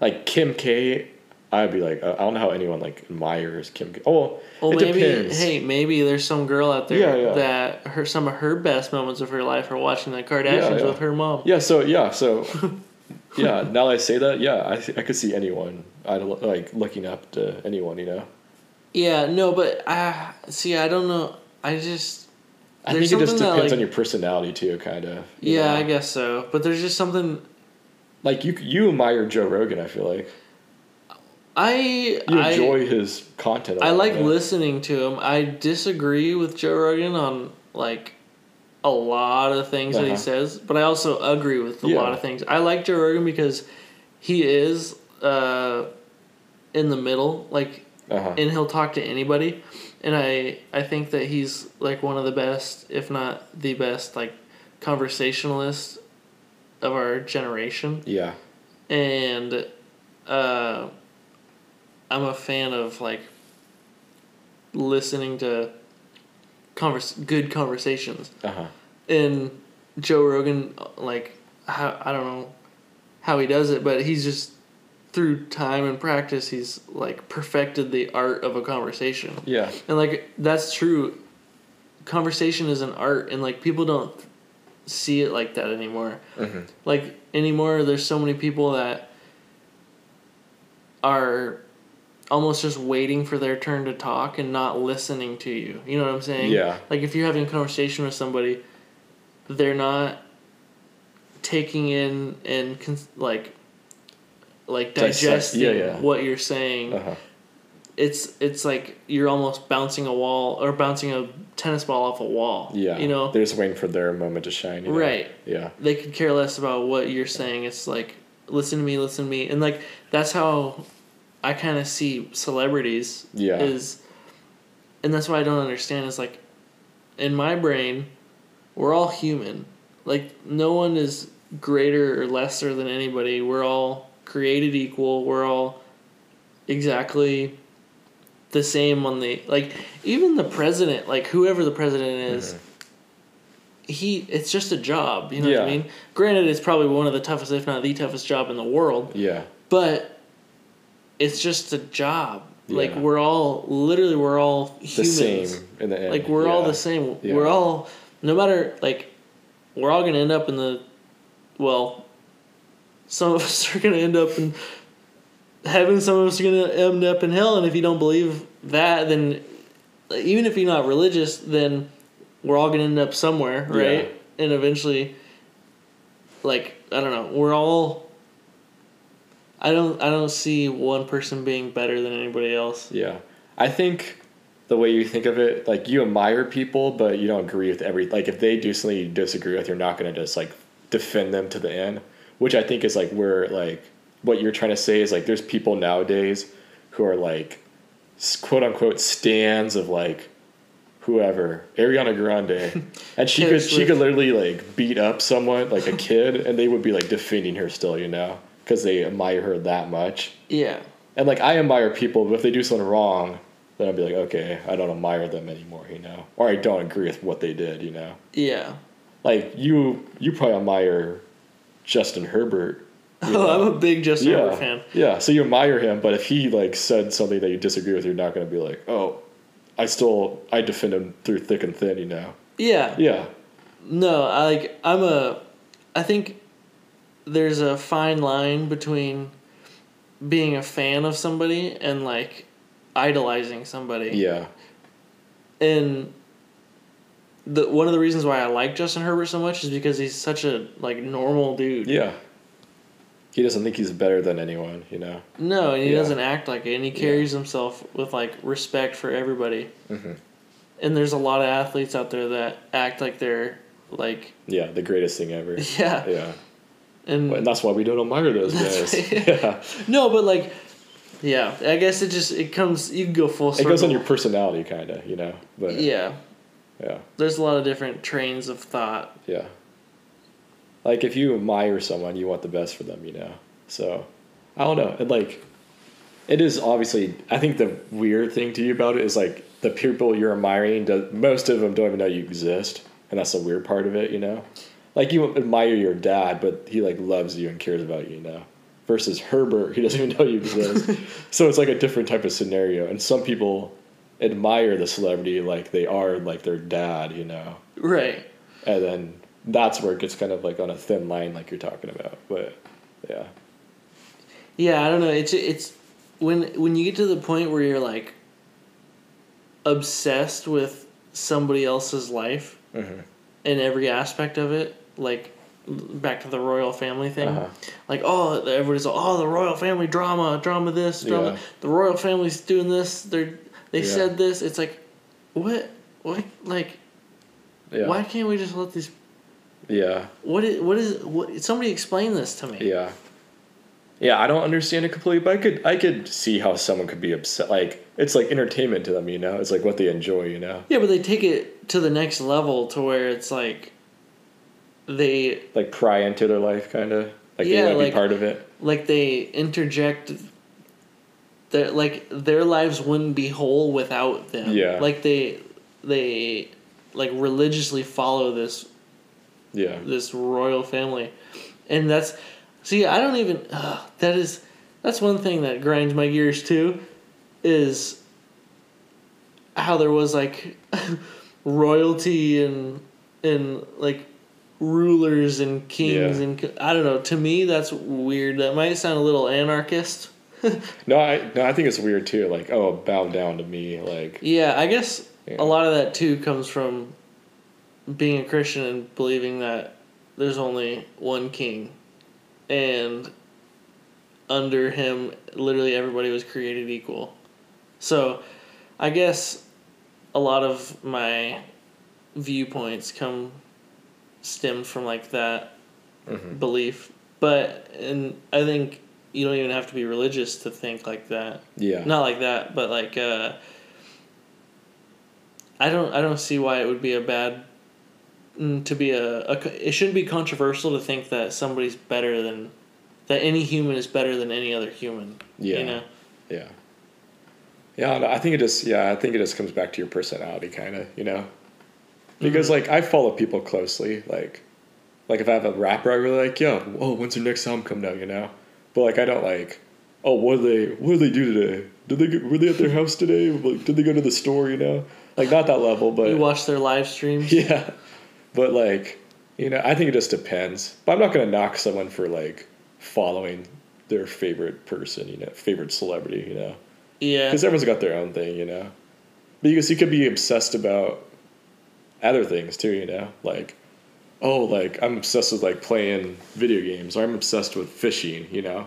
S1: Like Kim K, I'd be like, I I don't know how anyone like admires Kim K. Oh,
S2: Well,
S1: it
S2: maybe
S1: depends.
S2: hey, maybe there's some girl out there
S1: Yeah, yeah.
S2: that her some of her best moments of her life are watching the Kardashians
S1: Yeah, yeah.
S2: with her mom.
S1: Yeah. So yeah. So (laughs) yeah. Now that I say that, yeah, I I could see anyone. I like looking up to anyone. You know.
S2: Yeah, no, but I see. I don't know. I just
S1: I
S2: There's
S1: think it just
S2: something that,
S1: depends on
S2: like-
S1: your personality too, kind of. you
S2: yeah,
S1: know?
S2: I guess so. But there's just something
S1: Like you, you admire Joe Rogan. I feel like
S2: I
S1: you
S2: I-
S1: enjoy his content. a
S2: I
S1: lot,
S2: like
S1: yeah.
S2: listening to him. I disagree with Joe Rogan on like a lot of things that he
S1: Uh-huh.
S2: says, but I also agree with a
S1: Yeah.
S2: lot of things. I like Joe Rogan because he is uh, in the middle, like,
S1: Uh-huh.
S2: and he'll talk to anybody. And I I think that he's like one of the best, if not the best, like conversationalist of our generation
S1: Yeah.
S2: and uh, I'm a fan of like listening to converse good conversations.
S1: Uh huh.
S2: And Joe Rogan, like how I don't know how he does it, but he's just through time and practice, he's like perfected the art of a conversation.
S1: Yeah.
S2: And like that's true. Conversation is an art, and like people don't see it like that anymore. Like anymore, there's so many people that are almost just waiting for their turn to talk and not listening to you. You know what I'm saying?
S1: Yeah.
S2: Like if you're having a conversation with somebody, they're not taking in and cons- like like
S1: Dissect- yeah,
S2: digesting
S1: yeah.
S2: what you're saying
S1: Uh huh.
S2: it's it's like you're almost bouncing a wall or bouncing a tennis ball off a wall.
S1: Yeah.
S2: You know,
S1: They're just waiting for their moment to shine. you know?
S2: Right.
S1: Yeah.
S2: they could care less about what you're saying. It's like listen to me, listen to me, and like that's how I kind of see celebrities.
S1: Yeah.
S2: Is and that's why I don't understand. Is like in my brain, we're all human. Like no one is greater or lesser than anybody. We're all created equal. We're all exactly the same on the like even the president like whoever the president is he it's just a job you know what i
S1: Mm-hmm. Yeah.
S2: mean granted it's probably one of the toughest if not the toughest job in the world
S1: Yeah.
S2: but it's just a job like
S1: Yeah.
S2: we're all literally we're all
S1: The
S2: humans
S1: same in the end.
S2: like we're all
S1: yeah.
S2: the same
S1: Yeah.
S2: we're all no matter like we're all gonna end up (laughs) in the well some of us are gonna end up in heaven, some of us are gonna end up in hell, and if you don't believe that, then even if you're not religious, then we're all gonna end up somewhere, right? And eventually, like I don't know, we're all. I don't. I don't see one person being better than anybody else.
S1: Yeah. I think the way you think of it, like you admire people, but you don't agree with every like if they do something you disagree with, you're not gonna just like defend them to the end. Which I think is like where like what you're trying to say is like there's people nowadays who are like s- quote unquote stands of like whoever Ariana
S2: (laughs)
S1: Grande, and she
S2: Taylor
S1: could she could literally like beat up someone like
S2: (laughs)
S1: a kid, and they would be like defending her still, you know, because they admire her that much.
S2: Yeah.
S1: And like I admire people, but if they do something wrong, then I'd be like, okay, I don't admire them anymore, you know, or I don't agree with what they did, you know.
S2: Yeah.
S1: Like you, you probably admire Justin Herbert. you
S2: (laughs) Oh,
S1: know?
S2: I'm a big Justin
S1: yeah,
S2: Herbert fan.
S1: yeah. So you admire him, but if he like said something that you disagree with, you're not gonna be like, oh, I still I defend him through thick and thin, you know.
S2: Yeah.
S1: Yeah,
S2: No, I like I'm a I think there's a fine line between being a fan of somebody and like idolizing somebody.
S1: yeah,
S2: And the one of the reasons why I like Justin Herbert so much is because he's such a like normal dude.
S1: yeah. He doesn't think he's better than anyone, you know.
S2: No, and he
S1: Yeah.
S2: doesn't act like it, and he carries himself with like respect for everybody.
S1: Mm-hmm.
S2: And there's a lot of athletes out there that act like they're like (laughs)
S1: Yeah, the greatest thing ever.
S2: yeah,
S1: Yeah,
S2: and
S1: and that's why we don't admire those
S2: That's
S1: guys. (laughs)
S2: right.
S1: Yeah.
S2: No, but like, yeah, I guess it just it comes. You can go full
S1: it
S2: circle.
S1: goes on your personality kind of you know but yeah
S2: Yeah,
S1: yeah
S2: there's a lot of different trains of thought.
S1: yeah like if you admire someone you want the best for them you know so i don't know and like it is obviously i think the weird thing to you about it is like the people you're admiring do, most of them don't even know you exist and that's the weird part of it you know like you admire your dad but he like loves you and cares about you you know versus herbert he doesn't (laughs) even know you exist so it's like a different type of scenario and some people admire the celebrity like they are like their dad you know
S2: Right.
S1: and then that's where it gets kind of like on a thin line like you're talking about but yeah
S2: Yeah, I don't know. It's it's when when you get to the point where you're like obsessed with somebody else's life and every aspect of it, like back to the royal family thing.
S1: Uh-huh.
S2: Like, oh, everybody's like, oh, the royal family drama, drama this, drama.
S1: Yeah.
S2: The royal family's doing this. They're they
S1: Yeah.
S2: said this. It's like, what, what, like,
S1: yeah
S2: why can't we just let these?
S1: yeah
S2: What is what is what? Somebody explain this to me.
S1: yeah yeah i don't understand it completely but i could i could see how someone could be upset like it's like entertainment to them you know it's like what they enjoy you know
S2: Yeah, but they take it to the next level to where it's like they
S1: like pry into their life kind of like they
S2: Yeah,
S1: want to
S2: like-
S1: be part of it
S2: like they interject their like their lives wouldn't be whole without them.
S1: Yeah.
S2: Like they they like religiously follow this
S1: yeah
S2: this royal family. And that's see, I don't even ugh, that is that's one thing that grinds my gears too is how there was like (laughs) royalty and and like rulers and kings
S1: Yeah.
S2: and c- I don't know, to me that's weird. That might sound a little anarchist. (laughs)
S1: no i no i think it's weird too like oh bow down to me like
S2: Yeah, I guess
S1: Yeah.
S2: a lot of that too comes from being a Christian and believing that there's only one king and under him literally everybody was created equal. So, I guess a lot of my viewpoints come stemmed from like that
S1: mm-hmm. Hmm.
S2: belief, but and I think you don't even have to be religious to think like that
S1: yeah
S2: not like that but like uh i don't i don't see why it would be a bad mm, to be a, a co- it shouldn't be controversial to think that somebody's better than that any human is better than any other human
S1: Yeah.
S2: you know
S1: Yeah. Yeah, no, I think it just yeah, I think it just comes back to your personality kind of, you know. Because like
S2: Mm-hmm.
S1: I follow people closely, like like if I have a rapper I really like, yeah, oh, when's their next album coming out, you know? But like I don't like, oh, what did they what did they do today? Did they get, were they at their house today? Like did they go to the store, you know? Like not that level, but (laughs)
S2: you watch their live streams
S1: yeah. But like, you know, I think it just depends. But I'm not gonna knock someone for like following their favorite person, you know, favorite celebrity, you know,
S2: Yeah.
S1: because everyone's got their own thing, you know. Because you could be obsessed about other things too, you know, like oh, like I'm obsessed with like playing video games, or I'm obsessed with fishing, you know.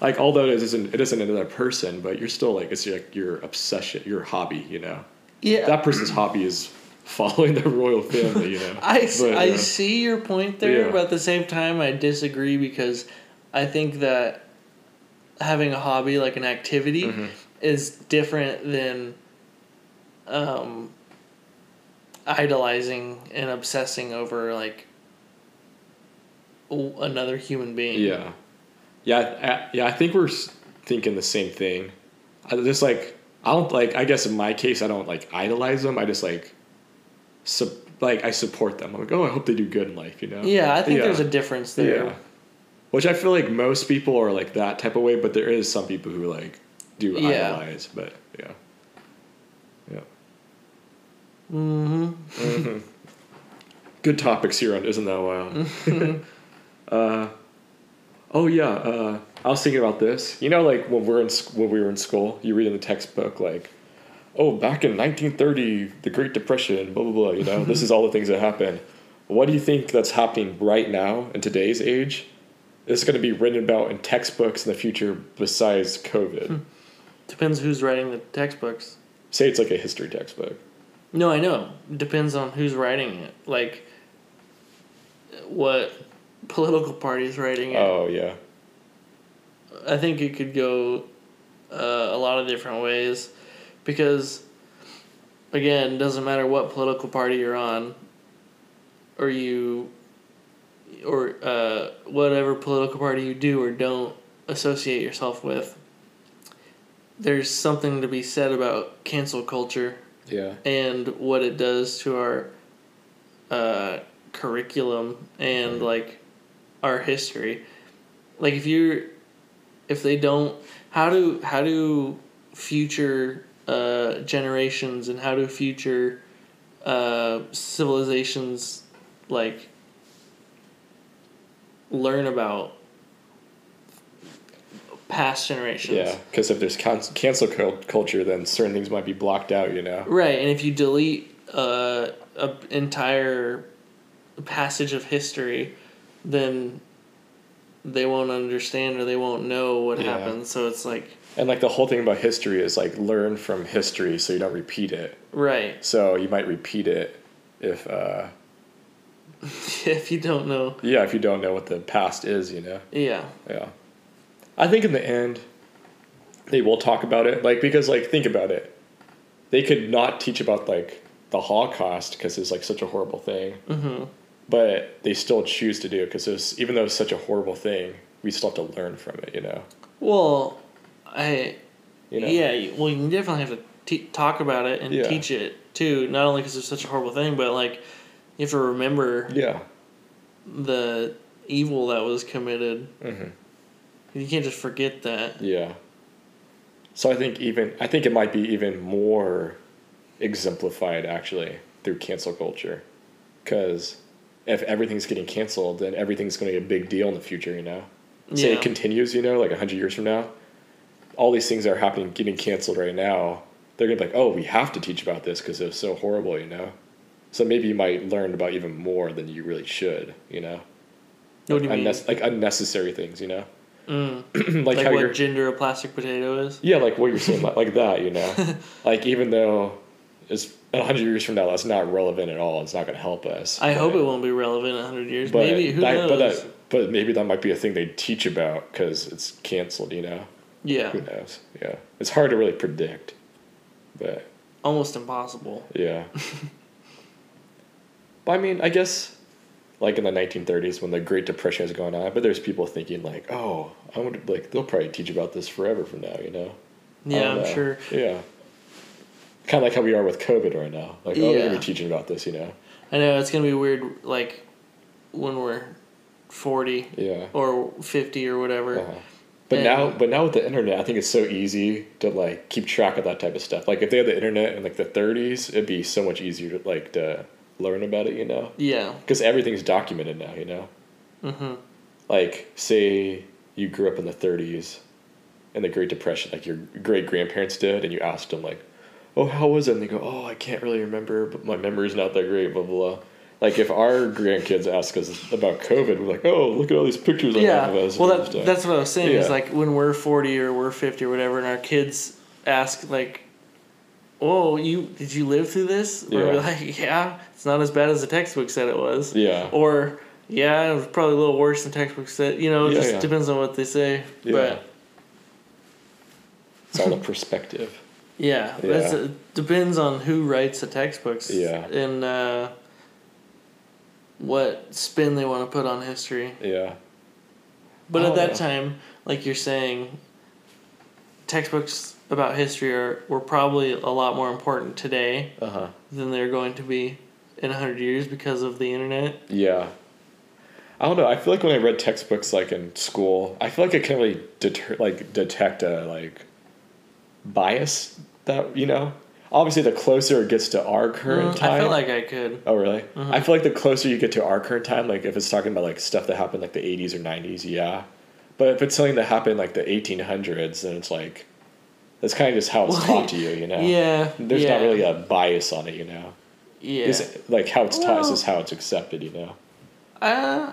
S1: Like although it isn't it isn't another person, but you're still like it's like your obsession, your hobby, you know.
S2: Yeah.
S1: That person's hobby is (laughs) following the royal family, you know.
S2: (laughs) I, s-
S1: But,
S2: I
S1: uh,
S2: see your point there,
S1: Yeah.
S2: but at the same time, I disagree because I think that having a hobby, like an activity,
S1: Mm-hmm.
S2: is different than um, idolizing and obsessing over like w- another human being.
S1: Yeah, yeah, I, I- yeah. I think we're s- thinking the same thing. I just like I don't like. I guess in my case, I don't like idolize them. I just like, sup, like I support them. I'm like, oh, I hope they do good in life. You know.
S2: Yeah, I think
S1: Yeah.
S2: there's a difference there.
S1: Yeah. Which I feel like most people are like that type of way, but there is some people who like do
S2: Yeah.
S1: idolize. But yeah, yeah.
S2: hmm
S1: good topics here on isn't that wild (laughs) uh, oh yeah uh, i was thinking about this you know like when we're in sc- when we were in school you read in the textbook like oh back in 1930 the great depression blah blah blah you know this is all the things that happened what do you think that's happening right now in today's age it's going to be written about in textbooks in the future besides covid
S2: Depends who's writing the textbooks.
S1: say it's like a history textbook
S2: No, I know. Depends on who's writing it. Like, what political party's writing it.
S1: oh yeah
S2: I think it could go uh, a lot of different ways because, again, doesn't matter what political party you're on or you or uh, whatever political party you do or don't associate yourself with. There's something to be said about cancel culture
S1: yeah
S2: and what it does to our uh, curriculum and like our history. Like if you're if they don't how do how do future uh, generations and how do future uh, civilizations like learn about past generations
S1: yeah because if there's con- cancel cul- culture then certain things might be blocked out you know
S2: Right, and if you delete uh, a entire passage of history, then they won't understand or they won't know what
S1: Yeah.
S2: happened. So it's like,
S1: And like the whole thing about history is like learn from history so you don't repeat it.
S2: right, (laughs)
S1: So you might repeat it if uh
S2: if you don't know,
S1: yeah, if you don't know what the past is, you know.
S2: yeah,
S1: Yeah. I think in the end they will talk about it like because like think about it. They could not teach about like the Holocaust because it's like such a horrible thing. Mm-hmm. But they still choose to do it because even though it's such a horrible thing, we still have to learn from it, you know.
S2: well, I
S1: You know?
S2: Yeah, you- well, you definitely have to te- talk about it and
S1: Yeah.
S2: teach it too. Not only because it's such a horrible thing, but like you have to remember
S1: Yeah.
S2: the evil that was committed.
S1: Mm-hmm.
S2: You can't just forget that.
S1: Yeah. So I think even I think it might be even more exemplified actually through cancel culture, because if everything's getting canceled, then everything's going to be a big deal in the future. You know, say
S2: Yeah.
S1: it continues. You know, like hundred years from now, all these things that are happening getting canceled right now. They're gonna be like, oh, we have to teach about this because it was so horrible. You know, so maybe you might learn about even more than you really should. You know,
S2: What do you mean?
S1: Unnes- like unnecessary things. You know,
S2: Mm.
S1: (clears throat) like,
S2: like
S1: how
S2: what
S1: you're
S2: gender a plastic potato is.
S1: Yeah, like what you're saying, like, like that, you
S2: (laughs)
S1: know. like even though it's a hundred years from now, that's not relevant at all. It's not going to help us.
S2: I hope
S1: But-
S2: it won't be relevant in hundred years.
S1: But
S2: Maybe who
S1: that,
S2: knows?
S1: But, that, but maybe that might be a thing they teach about because it's canceled. You know,
S2: yeah,
S1: who knows? Yeah, it's hard to really predict. But
S2: almost impossible. (laughs)
S1: yeah. but I mean, I guess like in the 1930s when the Great Depression was going on, but there's people thinking like, oh, I would like they'll probably teach about this forever from now. You know. I
S2: Yeah,
S1: don't
S2: I'm
S1: know.
S2: sure.
S1: Yeah. Kind of like how we are with COVID right now. Like, oh, they're
S2: Yeah.
S1: gonna be teaching about this, you know?
S2: I know it's gonna be weird, like when we're forty
S1: Yeah.
S2: or fifty or whatever.
S1: Uh-huh. But
S2: And-
S1: now, but now with the internet, I think it's so easy to like keep track of that type of stuff. Like, if they had the internet in like the 30s, it'd be so much easier to like to learn about it, you know?
S2: Yeah. mm-hmm.
S1: Because everything's documented now, you know?
S2: hmm
S1: Like, say you grew up in the 30s and the Great Depression, like your great grandparents did, and you asked them, like, oh, how was it? And they go, oh, I can't really remember, but my memory's not that great, blah, blah, blah. Like, if our grandkids ask us about COVID, we're like, oh, look at all these pictures I
S2: Yeah.
S1: have of us.
S2: Well,
S1: and
S2: that,
S1: stuff."
S2: that's what I was saying. Is
S1: Yeah.
S2: like when we're forty or we're fifty or whatever, and our kids ask like, "Oh, you did you live through this?" Or We're
S1: Yeah.
S2: like, (laughs) "Yeah, it's not as bad as the textbook said it was."
S1: Yeah.
S2: Or yeah, it was probably a little worse than textbook said. You know, it
S1: Yeah,
S2: just
S1: yeah.
S2: depends on what they say.
S1: Yeah.
S2: But
S1: it's all a perspective.
S2: yeah, that's it depends on who writes the textbooks.
S1: Yeah.
S2: And uh, what spin they want to put on history.
S1: Yeah.
S2: But
S1: Oh,
S2: at that
S1: yeah.
S2: time, like you're saying, textbooks about history are were probably a lot more important today
S1: Uh huh.
S2: than they're going to be in hundred years because of the internet.
S1: Yeah. I don't know. I feel like when I read textbooks like in school, I feel like I can not really deter like detect a like bias that you know. Obviously, the closer it gets to our current
S2: Mm,
S1: time.
S2: I felt like Mm-hmm. I could.
S1: oh really? I feel like the closer you get to our current time, like if it's talking about like stuff that happened like the '80s or '90s, yeah. But if it's something that happened like the 1800s, then it's like that's kind of just how it's
S2: (laughs) Well,
S1: taught to you, you know.
S2: Yeah.
S1: There's
S2: yeah,
S1: not really a bias on it, you know.
S2: Yeah.
S1: It's, like how it's taught is
S2: Well-
S1: just how it's accepted, you know.
S2: uh,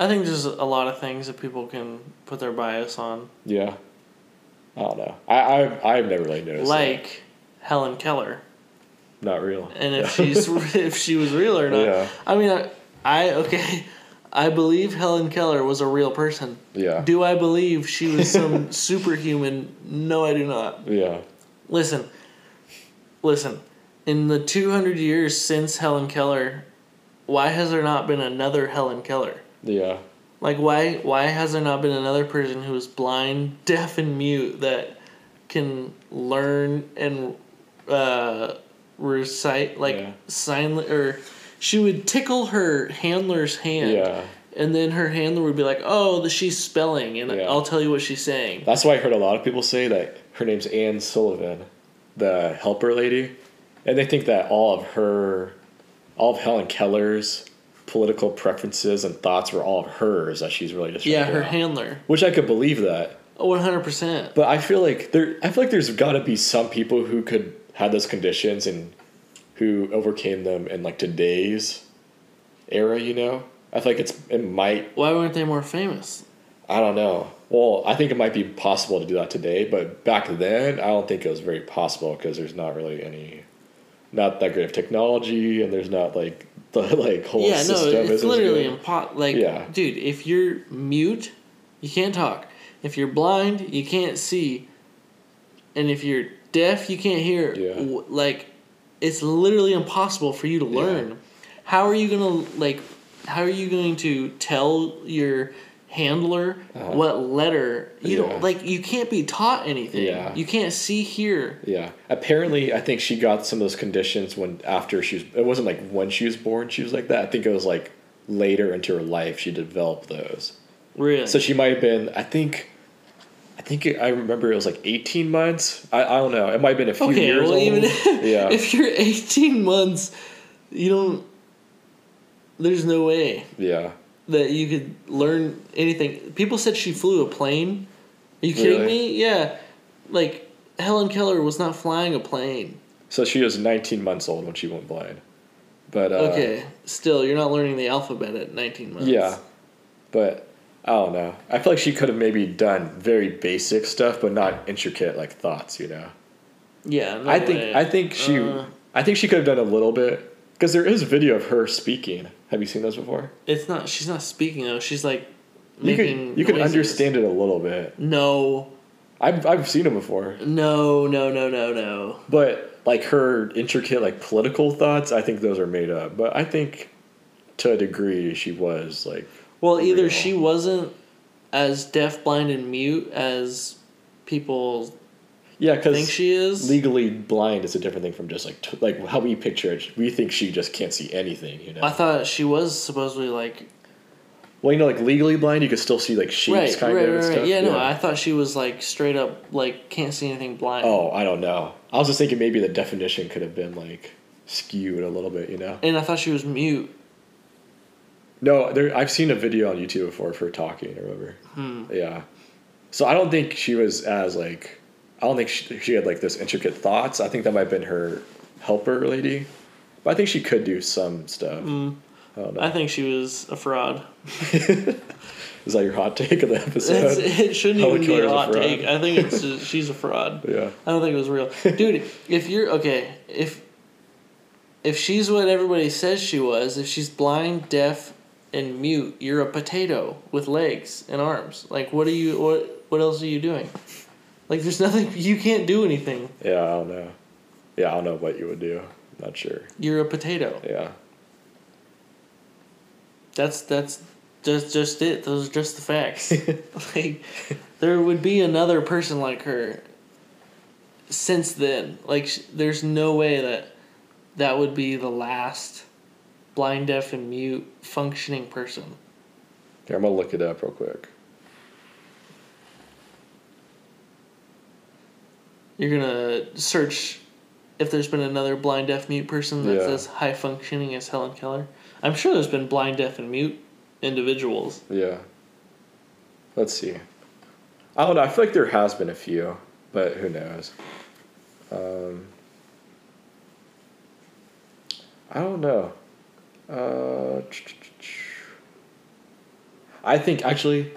S2: I think there's a lot of things that people can put their bias on,
S1: Yeah. I don't know. I, I I've never really noticed.
S2: like uh, Helen Keller.
S1: that. not real.
S2: and
S1: Yeah. (laughs)
S2: if she's if she was real or not.
S1: Yeah.
S2: I mean, I, I okay, I believe Helen Keller was a real person.
S1: Yeah.
S2: Do I believe she was
S1: (laughs)
S2: some superhuman? No, I do not.
S1: yeah.
S2: Listen, listen. In the two hundred years since Helen Keller, why has there not been another Helen Keller?
S1: Yeah.
S2: Like why why has there not been another person who is blind, deaf, and mute that can learn and uh, recite like
S1: Yeah.
S2: sign la- or she would tickle her handler's hand.
S1: Yeah.
S2: And then her handler would be like, "Oh, the, she's spelling," and
S1: Yeah.
S2: I'll tell you what she's saying.
S1: That's why I heard a lot of people say that her name's Anne Sullivan, the helper lady, and they think that all of her, all of Helen Keller's political preferences and thoughts were all of hers that she's really just
S2: Yeah,
S1: writing
S2: her
S1: out.
S2: handler, Oh,
S1: Which I could believe that,
S2: one hundred percent.
S1: but I feel like there. I feel like there's got to be some people who could have those conditions and who overcame them in like today's era. You know, I feel like it's it might.
S2: Why weren't they more famous?
S1: I don't know. Well, I think it might be possible to do that today, but back then, I don't think it was very possible because there's not really any, not that great of technology, and there's not like (laughs) the like whole
S2: yeah, no,
S1: system. isn't
S2: it's
S1: as
S2: literally
S1: good.
S2: impossible. Like,
S1: Yeah.
S2: dude, if you're mute, you can't talk. If you're blind, you can't see. And if you're deaf, you can't hear.
S1: Yeah.
S2: W- Like, it's literally impossible for you to learn. How are you gonna like? How are you going to tell your handler what letter you
S1: Uh-huh. Yeah.
S2: don't like? You can't be taught anything.
S1: Yeah.
S2: You can't see, hear.
S1: Yeah. Apparently, I think she got some of those conditions when after she was. It wasn't like when she was born. She was like that. I think it was like later into her life she developed those.
S2: Really?
S1: So she might have been. I think. I think it, I remember it was like eighteen months. I, I don't know. It might have been a few
S2: okay,
S1: years
S2: well,
S1: old.
S2: even (laughs) if,
S1: yeah.
S2: if you're 18 months, you don't. There's no way
S1: yeah.
S2: that you could learn anything. People said she flew a plane. Are you kidding
S1: Really?
S2: me? Yeah, like Helen Keller was not flying a plane.
S1: So she was nineteen months old when she went blind. But uh,
S2: Okay, still, you're not learning the alphabet at 19 months.
S1: Yeah. But I don't know. I feel like she could have maybe done very basic stuff, but not intricate like thoughts. You know.
S2: yeah. no
S1: I think
S2: way.
S1: I think she
S2: Uh.
S1: I think she could have done a little bit because there is video of her speaking. Have you seen those before?
S2: it's not. She's not speaking though. She's like
S1: You
S2: making.
S1: could you could
S2: noises.
S1: understand it a little bit.
S2: No,
S1: I've I've seen them before,
S2: no, no, no, no, no.
S1: but like her intricate like political thoughts, I think those are made up. But I think to a degree she was like
S2: Well, either
S1: real.
S2: she wasn't as deaf, blind, and mute as people
S1: yeah
S2: think
S1: because
S2: she is.
S1: legally blind is a different thing from just like t- like how we picture it. We think she just can't see anything, you know.
S2: I thought she was supposedly like
S1: well, you know, like legally blind, you could still see like shapes
S2: right, right,
S1: kind
S2: right,
S1: of and
S2: right.
S1: stuff.
S2: Yeah, no, I thought she was like straight up like can't see anything blind.
S1: Oh, I don't know. I was just thinking maybe the definition could have been like skewed a little bit, you know?
S2: and I thought she was mute.
S1: No, there. I've seen a video on YouTube before for talking or whatever. Yeah. So I don't think she was as like. I don't think she, she had like those intricate thoughts. I think that might have been her helper lady, but I think she could do some stuff. I don't know.
S2: I think she was a fraud.
S1: (laughs) Is that your hot take of the
S2: It's,
S1: episode?
S2: it shouldn't
S1: Helen
S2: even be
S1: Keller's
S2: a
S1: a
S2: hot
S1: fraud.
S2: take. I think it's just, she's a fraud.
S1: (laughs) yeah.
S2: I don't think it was real, dude. If you're okay, if if she's what everybody says she was, if she's blind, deaf, and mute, you're a potato with legs and arms. Like, what are you? What what else are you doing? Like, there's nothing you can't do anything.
S1: Yeah. I don't know. Yeah, I don't know what you would do. Not sure.
S2: You're a potato.
S1: Yeah.
S2: That's that's just just it. Those are just the facts. like there would be another person like her since then. Like sh- there's no way that that would be the last blind deaf and mute functioning person.
S1: Here, I'm gonna look it up real quick.
S2: You're going to search if there's been another blind deaf mute person that's
S1: Yeah.
S2: as high functioning as Helen Keller. I'm sure there's been blind deaf and mute individuals.
S1: Yeah. Let's see. I don't know. I feel like there has been a few, but who knows? Um, I don't know. Uh, I think actually,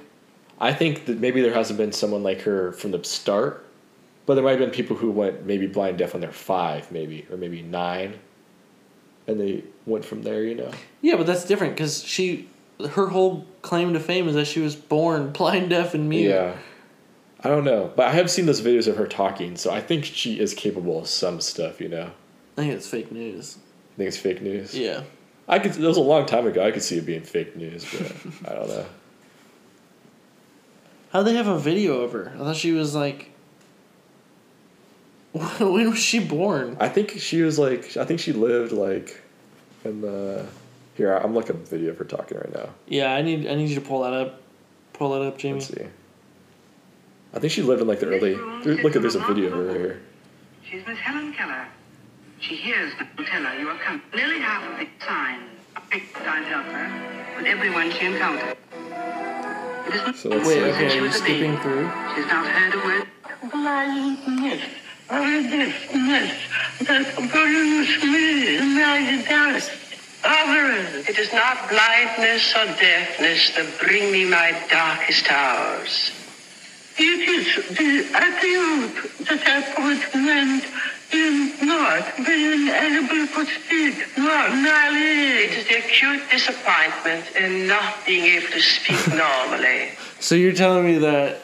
S1: I think that maybe there hasn't been someone like her from the start, but there might have been people who went maybe blind deaf when they're five, maybe or maybe nine, and they went from there. You know.
S2: Yeah, but that's different because she, her whole claim to fame is that she was born (laughs) blind, deaf, and mute.
S1: Yeah. I don't know, but I have seen those videos of her talking, so I think she is capable of some stuff. You know, I
S2: I think it's fake news.
S1: think it's fake news.
S2: Yeah.
S1: I could. That was a long time ago. I could see it being fake news, but I don't
S2: (laughs)
S1: know.
S2: How'd they have a video of her? I thought she was like. (laughs) When was she born?
S1: I think she was like. I think she lived like, in the. Here, I'm looking at the video of her talking right now.
S2: Yeah, I need I need you to pull that up. Pull that up, Jamie.
S1: Let's see. I think she lived in like the early. there- Look, there's a video of her here.
S4: She's Miss Helen Keller. She hears Nutella. You are coming. Nearly half of the sign. A big sign help her with everyone she encounters. It isn't
S1: So let's
S2: Wait,
S1: see.
S2: okay,
S4: She
S2: are you
S4: was a
S2: skipping
S4: baby.
S2: through?
S4: She's not heard a word.
S5: Blindness, blindness, that burns me like dust.
S4: Alvarez! It is not blindness or deafness that bring me my darkest hours.
S5: It is the attitude that I put meant in not being able to speak
S4: It
S5: normally.
S4: is the acute disappointment in not being able to speak (laughs) normally.
S2: So you're telling me that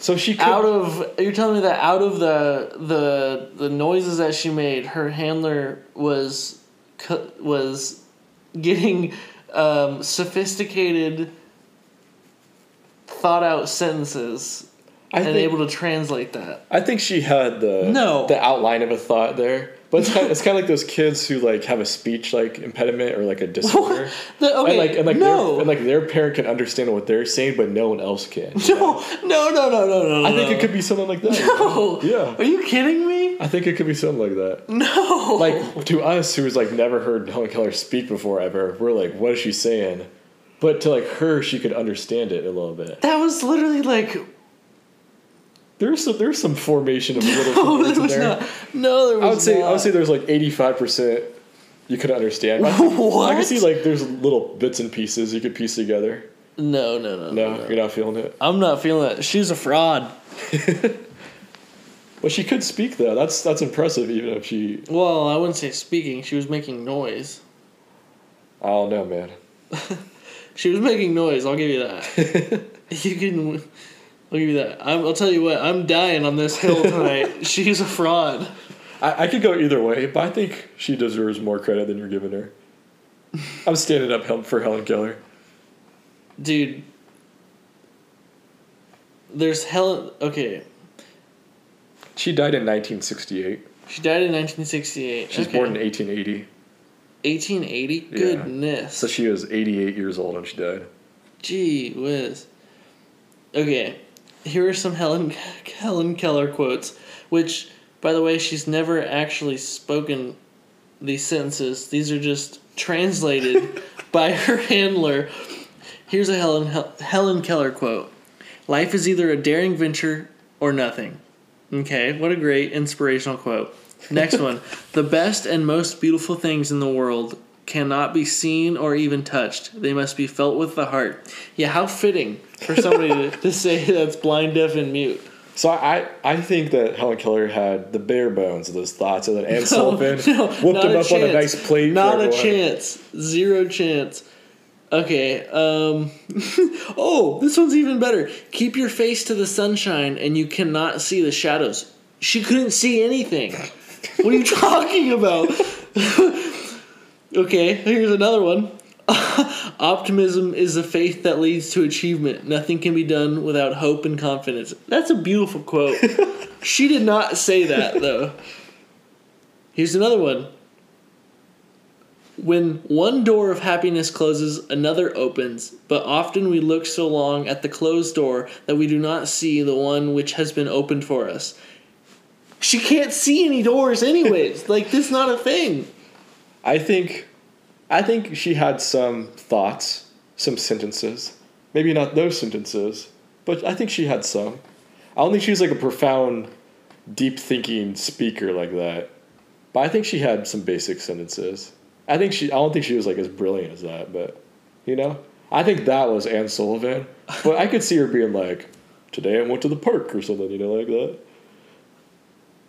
S1: So she could.
S2: out of you're telling me that out of the the the noises that she made, her handler was cu- was getting um, sophisticated, thought out sentences
S1: I
S2: and
S1: think,
S2: able to translate that.
S1: (laughs) I think she had the
S2: No.
S1: the outline of a thought there. But it's kind, it's kind of like those kids who like have a speech like impediment or like a
S2: (laughs)
S1: disorder,
S2: The- okay,
S1: and like and like
S2: no.
S1: their, and like their parent can understand what they're saying, but no one else can.
S2: (laughs) No, no, no, no, no, no.
S1: I think it could be something like that.
S2: (laughs) No.
S1: Yeah.
S2: Are you kidding me?
S1: I think it could be something like that.
S2: No.
S1: Like to us, who's like never heard Helen Keller speak before ever, we're like, what is she saying? But to like her, she could understand it a little bit.
S2: that was literally like. (laughs)
S1: There's some there's some
S2: (laughs)
S1: formation of little.
S2: Oh,
S1: words
S2: there
S1: in
S2: was
S1: there.
S2: not. No, there was.
S1: I would say I would
S2: not.
S1: say there's like eighty five percent you could understand.
S2: (laughs)
S1: I can- I
S2: What?
S1: can see like there's little bits and pieces you could piece together.
S2: No, no,
S1: No,
S2: no, no, no.
S1: you're not feeling it.
S2: I'm not feeling it. She's a fraud.
S1: But she could speak though. That's that's impressive. Even if she,
S2: Well, I wouldn't say speaking. She was making noise.
S1: I don't know, man.
S2: She was making noise. I'll give you that.
S1: (laughs)
S2: you can. I'll give you that. I'm, I'll tell you what. I'm dying on this hill
S1: (laughs)
S2: tonight. She's a fraud.
S1: I, I could go either way, but I think she deserves more credit than you're giving her. I'm standing up hel- for Helen Keller.
S2: dude there's hell okay
S1: She died in 1968.
S2: she died in 1968
S1: She was
S2: Okay.
S1: born in 1880,
S2: 1880
S1: Yeah.
S2: goodness
S1: so she was 88 years old when she died.
S2: gee whiz okay here are some helen (laughs) helen keller quotes which by the way she's never actually spoken these sentences. These are just translated by her handler. Here's a Helen Hel- Helen Keller quote: "Life is either a daring venture or nothing." Okay, what a great inspirational quote. Next one: "The best and most beautiful things in the world cannot be seen or even touched. They must be felt with the heart." Yeah, how fitting for somebody to, to say that's blind, deaf, and mute.
S1: So I, I think that Helen Keller had the bare bones of those thoughts, and then
S2: (laughs)
S1: Anne Sullivan whooped
S2: not
S1: them up on a
S2: chance.
S1: nice plate. for
S2: Not a
S1: everyone.
S2: chance. Zero chance. Okay. Um, (laughs) oh, this one's even better. Keep your face to the sunshine, and you cannot see the shadows. She couldn't see anything. What are you talking about? (laughs) okay, here's another one. (laughs) Optimism is the faith that leads to achievement. Nothing can be done without hope and confidence. That's a beautiful
S1: (laughs)
S2: quote. she did not say that, though. Here's another one. When one door of happiness closes, another opens, but often we look so long at the closed door that we do not see the one which has been opened for us. She can't see any
S1: (laughs)
S2: doors, anyways. like, this not a thing.
S1: I think, I think she had some thoughts, some sentences. Maybe not those sentences, but I think she had some. I don't think she was like a profound, deep thinking speaker like that. But I think she had some basic sentences. I think she. I don't think she was like as brilliant as that, but you know, I think that was Anne Sullivan. But I could see her being like, "Today I went to the park" or something, you know, like that.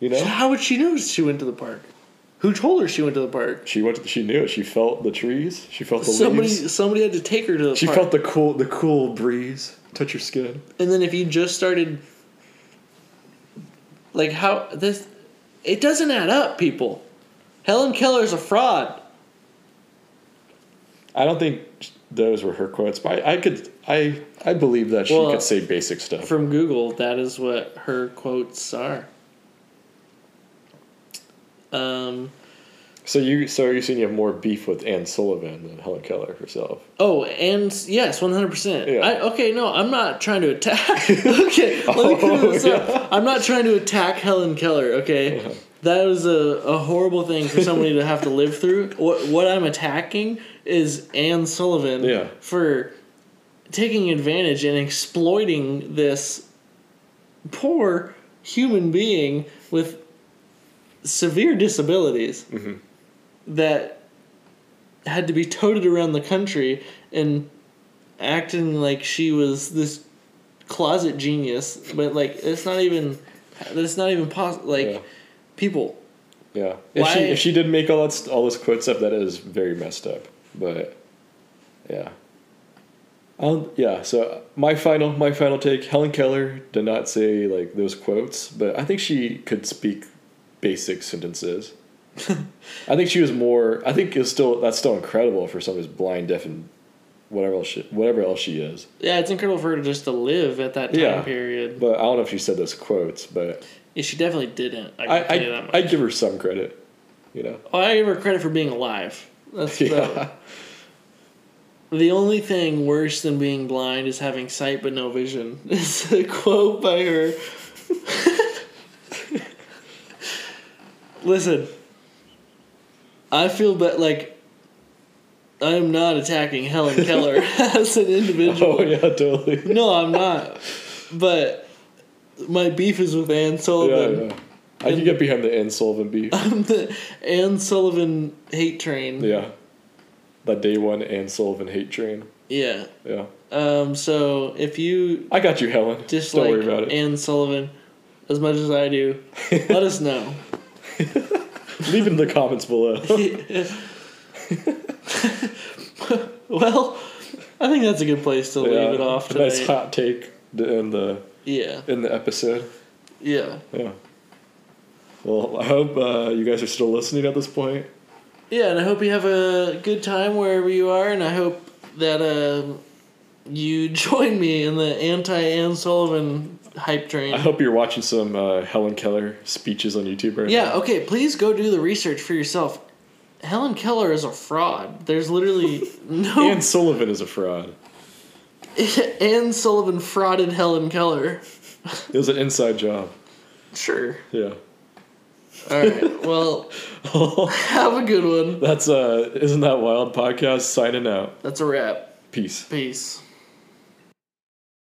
S1: You
S2: (sighs)
S1: know.
S2: How would she know she went to the park? Who told her she went to the park?
S1: She went. she knew it. She felt the trees. She felt the
S2: Somebody,
S1: leaves.
S2: somebody had to take her to the
S1: She
S2: park.
S1: felt the cool, the cool breeze touch your skin.
S2: and then if you just started, like how this, it doesn't add up, people. Helen Keller's a fraud.
S1: I don't think those were her quotes, but I, I could, I, I believe that she
S2: Well,
S1: could say basic stuff.
S2: From Google, that is what her quotes are. Um,
S1: so you, so you're saying you have more beef with Anne Sullivan than Helen Keller herself?
S2: oh, and s- yes, 100%.
S1: Yeah.
S2: I, okay, no, I'm not trying to
S1: (laughs)
S2: attack. okay, let me clear
S1: Oh,
S2: this up. I'm not trying to attack Helen Keller, okay? That was a, a horrible thing for somebody to have to live through. What, what I'm attacking is Anne Sullivan
S1: Yeah.
S2: for taking advantage and exploiting this poor human being with severe disabilities that had to be toted around the country and acting like she was this closet genius but like it's not even that's not even possible like
S1: Yeah.
S2: people
S1: Yeah. If she,
S2: Why-
S1: if she did make all that, st- all this quotes up, that is very messed up. But, yeah. Um, yeah. So my final, my final take: Helen Keller did not say like those quotes, but I think she could speak basic
S2: (laughs)
S1: sentences. I think she was more. I think it's still that's still incredible for someone who's blind, deaf, and whatever else she, whatever else she is.
S2: yeah it's incredible for her just to live at that time
S1: Yeah.
S2: period
S1: But I don't know if she said those quotes, but
S2: yeah, she definitely didn't i,
S1: I
S2: can
S1: I,
S2: tell you that much.
S1: I give her some credit. You know.
S2: Oh, I give her credit for being alive. That's
S1: (laughs) Yeah.
S2: the, the only thing worse than being blind is having sight but no vision. (laughs) Is a quote by her. Listen, I feel but like I am not attacking Helen
S1: (laughs)
S2: Keller as an individual.
S1: Oh yeah, totally.
S2: No, I'm not. But my beef is with Anne Sullivan.
S1: Yeah, yeah. I can get behind the Anne Sullivan
S2: (laughs)
S1: beef.
S2: I'm the Anne Sullivan hate train.
S1: yeah. That day one Anne Sullivan hate train.
S2: Yeah.
S1: Yeah.
S2: Um, so if you
S1: I got you, Helen.
S2: dislike
S1: Don't worry about it.
S2: Anne Sullivan as much as I
S1: (laughs)
S2: do, let us know.
S1: Leave it in the comments
S2: (laughs)
S1: below.
S2: Well, I think that's a good place to leave it off tonight.
S1: Nice hot take to end the
S2: Yeah,
S1: in the episode.
S2: yeah,
S1: Yeah. Well, I hope uh, you guys are still listening at this point.
S2: yeah. And I hope you have a good time wherever you are, and I hope that um, you (laughs) join me in the anti Anne Sullivan hype train.
S1: I hope you're watching some uh, Helen Keller speeches on YouTube right
S2: Yeah, okay, please go do the research for yourself. Helen Keller is a fraud. There's
S1: (laughs)
S2: literally
S1: now.
S2: no
S1: Anne Sullivan is a fraud.
S2: (laughs) Anne Sullivan frauded Helen Keller.
S1: It was an inside job.
S2: (laughs) Sure.
S1: Yeah.
S2: All right. Well, (laughs) have a good one.
S1: That's uh, isn't that wild podcast signing out.
S2: That's a wrap.
S1: Peace.
S2: Peace.